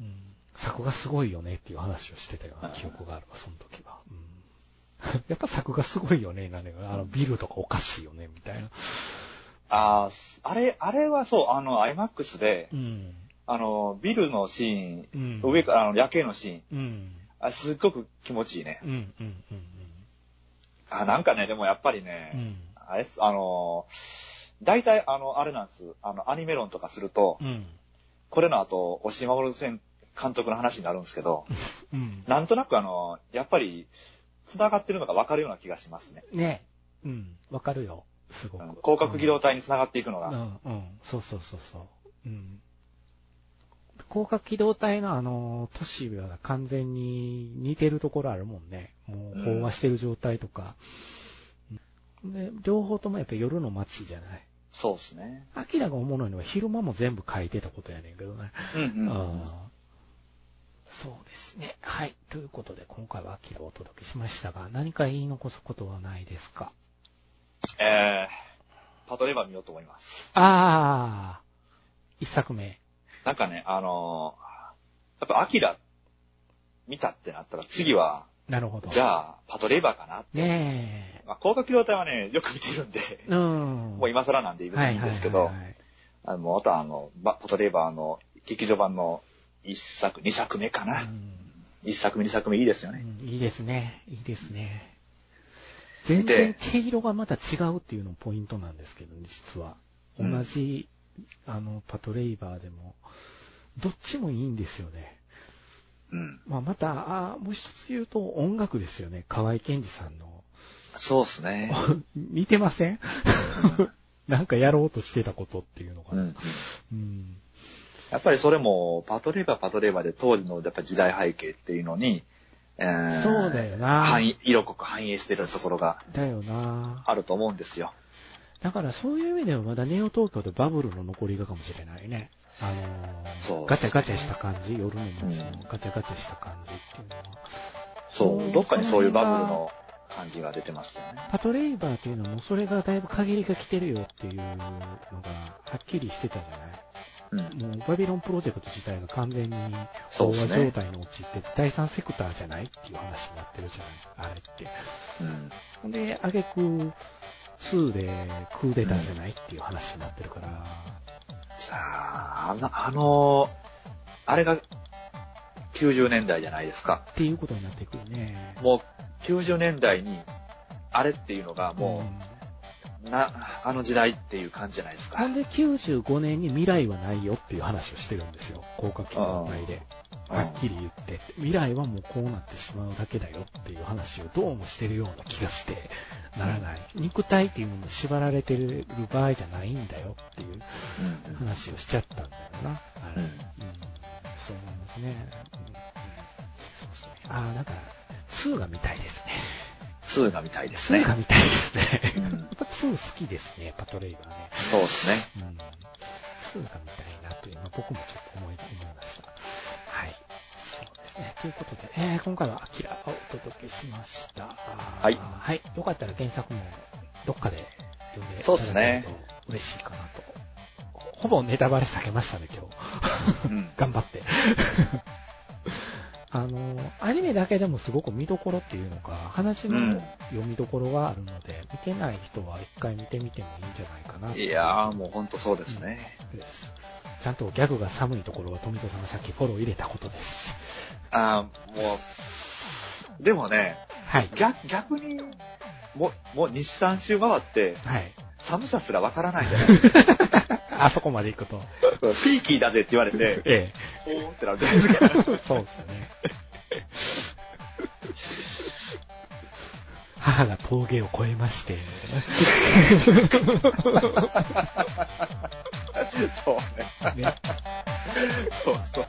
A: うん。作がすごいよねっていう話をしてたような記憶があるわ、その時は。うん。 やっぱ作がすごいよね、なんだよ。あの、ビルとかおかしいよね、みたいな。
B: ああ、すあれ、あれはそう、あの、IMAX で
A: う、ん。
B: あの、ビルのシーン、
A: うん。
B: 上から、あの、夜景のシ
A: う
B: ーン、
A: ん。
B: あすっごく気持ちいいね
A: う。ん。うん。うん。うん。
B: あなんかね、でもやっぱりね、
A: うん。
B: あれっす、あの、大体、あの、あれなんです。あの、アニメ論とかすると、
A: うん。
B: これの後、押井守先監督の話になるんですけど、
A: うん。
B: なんとなくあの、やっぱり、繋がってるのがわかるような気がしますね。
A: ねうん。わかるよ。すご
B: うん
A: く。
B: 広角機動隊に繋がっていくの
A: う
B: が。
A: ん、うん。そうそうそうそう。うん。広角機動隊のあの、都市は完全に似てるところあるもんね。もう、飽和してる状態とか。で、両方ともやっぱ夜の街じゃない。
B: そうですね。
A: アキラが思うのは昼間も全部書いてたことやねんけどね。
B: うんうん。
A: うんそうですね。はい。ということで、今回はアキラをお届けしましたが、何か言い残すことはないですか
B: えー、パトレーバー見ようと思います。
A: ああ一作目。
B: なんかね、あのーやっぱアキラ見たってなったら次は、
A: なるほど。
B: じゃあ、パトレーバーかなって。
A: ね
B: まあ、広角機動隊はね、よく見てるんで、
A: え。うん。
B: もう今更なんで別にいいんですけど、
A: はい
B: あの、あとはあの、ばパトレーバーの劇場版の1作、2作目か
A: はいはい
B: な。1作目、2作目いいですよ
A: う
B: ね。
A: んうんいいですね。いいですね。全然毛色がまた違うっていうのもポイントなんですけど、実は。
B: う
A: 同
B: ん
A: じ、あの、パトレイバーでも、どっちもいいんですよね。
B: うん。
A: まあ、また、あーもう一つ言うと音楽ですよね。河合健二さんの。
B: そうですね。
A: 似てま せんなんかやろうとしてたことっていうのが。
B: う。
A: うんん。
B: やっぱりそれも、パトレーバーパトレーバーで当時のやっぱ時代背景っていうのに、えー
A: そうだよな
B: 反映色濃く反映してるところが
A: だよな
B: あると思うんですよ。
A: だからそういう意味ではまだネオ東京とバブルの残りがかもしれないね。あのー
B: そう
A: ガチャガチャした感じ、夜の街
B: う
A: の
B: ん
A: ガチャガチャした感じっていうのは。
B: そ
A: うん
B: う。どっかにそういう
A: その
B: バ
A: 辺が
B: ブルの感じが出てますよね。
A: パトレイバーっていうのはもうそれがだいぶ限りが来てるよっていうのがはっきりしてたじ
B: うん。
A: ゃない。もうバビロンプロジェクト自体が完全に飽
B: そう
A: 和
B: ですね
A: 状態に陥って、第三セクターじゃないっていう話になってるじゃない。あれって。
B: うん。
A: で、挙句2でクーデターじゃないっていう話になってるから。
B: じゃあ、あの、あのあれが90年代じゃないですか。
A: っていうことになってくるね。
B: もう90年代に、あれっていうのがも
A: うん
B: う、な、あの時代っていう感じじゃないですか。
A: ほんで95年に未来はないよっていう話をしてるんですよ。広角機動隊で。
B: うん
A: はっきり言って。未来はもうこうなってしまうだけだよっていう話をどうもしてるような気がして、ならない。肉体っていうのも縛られてる場合じゃないんだよっていう
B: うん
A: 話をしちゃったんだよな。あれ
B: うん
A: そう思いますね。うんそうですね。ああ、なんか、2が見たいですね。
B: 2が見たいですね
A: 2。が見たいですね。
B: う
A: や
B: ん
A: っぱ2好きですね、パトレイバーね。
B: そうですね。
A: うん。そうかみたいなというのは僕もちょっと思い思いました。はい。そうですえーということで、えー今回はアキラをお届けしました。はいはい。よかったら原作もどっかで読んでい
B: そうっす
A: ただけ
B: ね
A: ると嬉しいかなと。ほぼネタバレ避けましたね、今日。
B: うん
A: 頑張って。 あの、アニメだけでもすごく見どころっていうのか、話
B: う
A: の
B: ん
A: 読みどころがあるので、見てない人は一回見てみてもいいんじゃないかなと
B: いやー、もうほんとそうですね。
A: です。ちゃんとギャグが寒いところは富戸さんがさっきフォロー入れたこと ですし。
B: あーもう、でもね、
A: はい。
B: 逆、逆に、もう、もう西三周回って、
A: はい。
B: 寒さすらわからないじゃない ですか。
A: あそこまで行くと。
B: ピーキーだぜって言われて、
A: え
B: おーってな るじゃないですか。
A: え。そうです ね。母が峠を越えま して。
B: そうね。
A: ね
B: そうそう。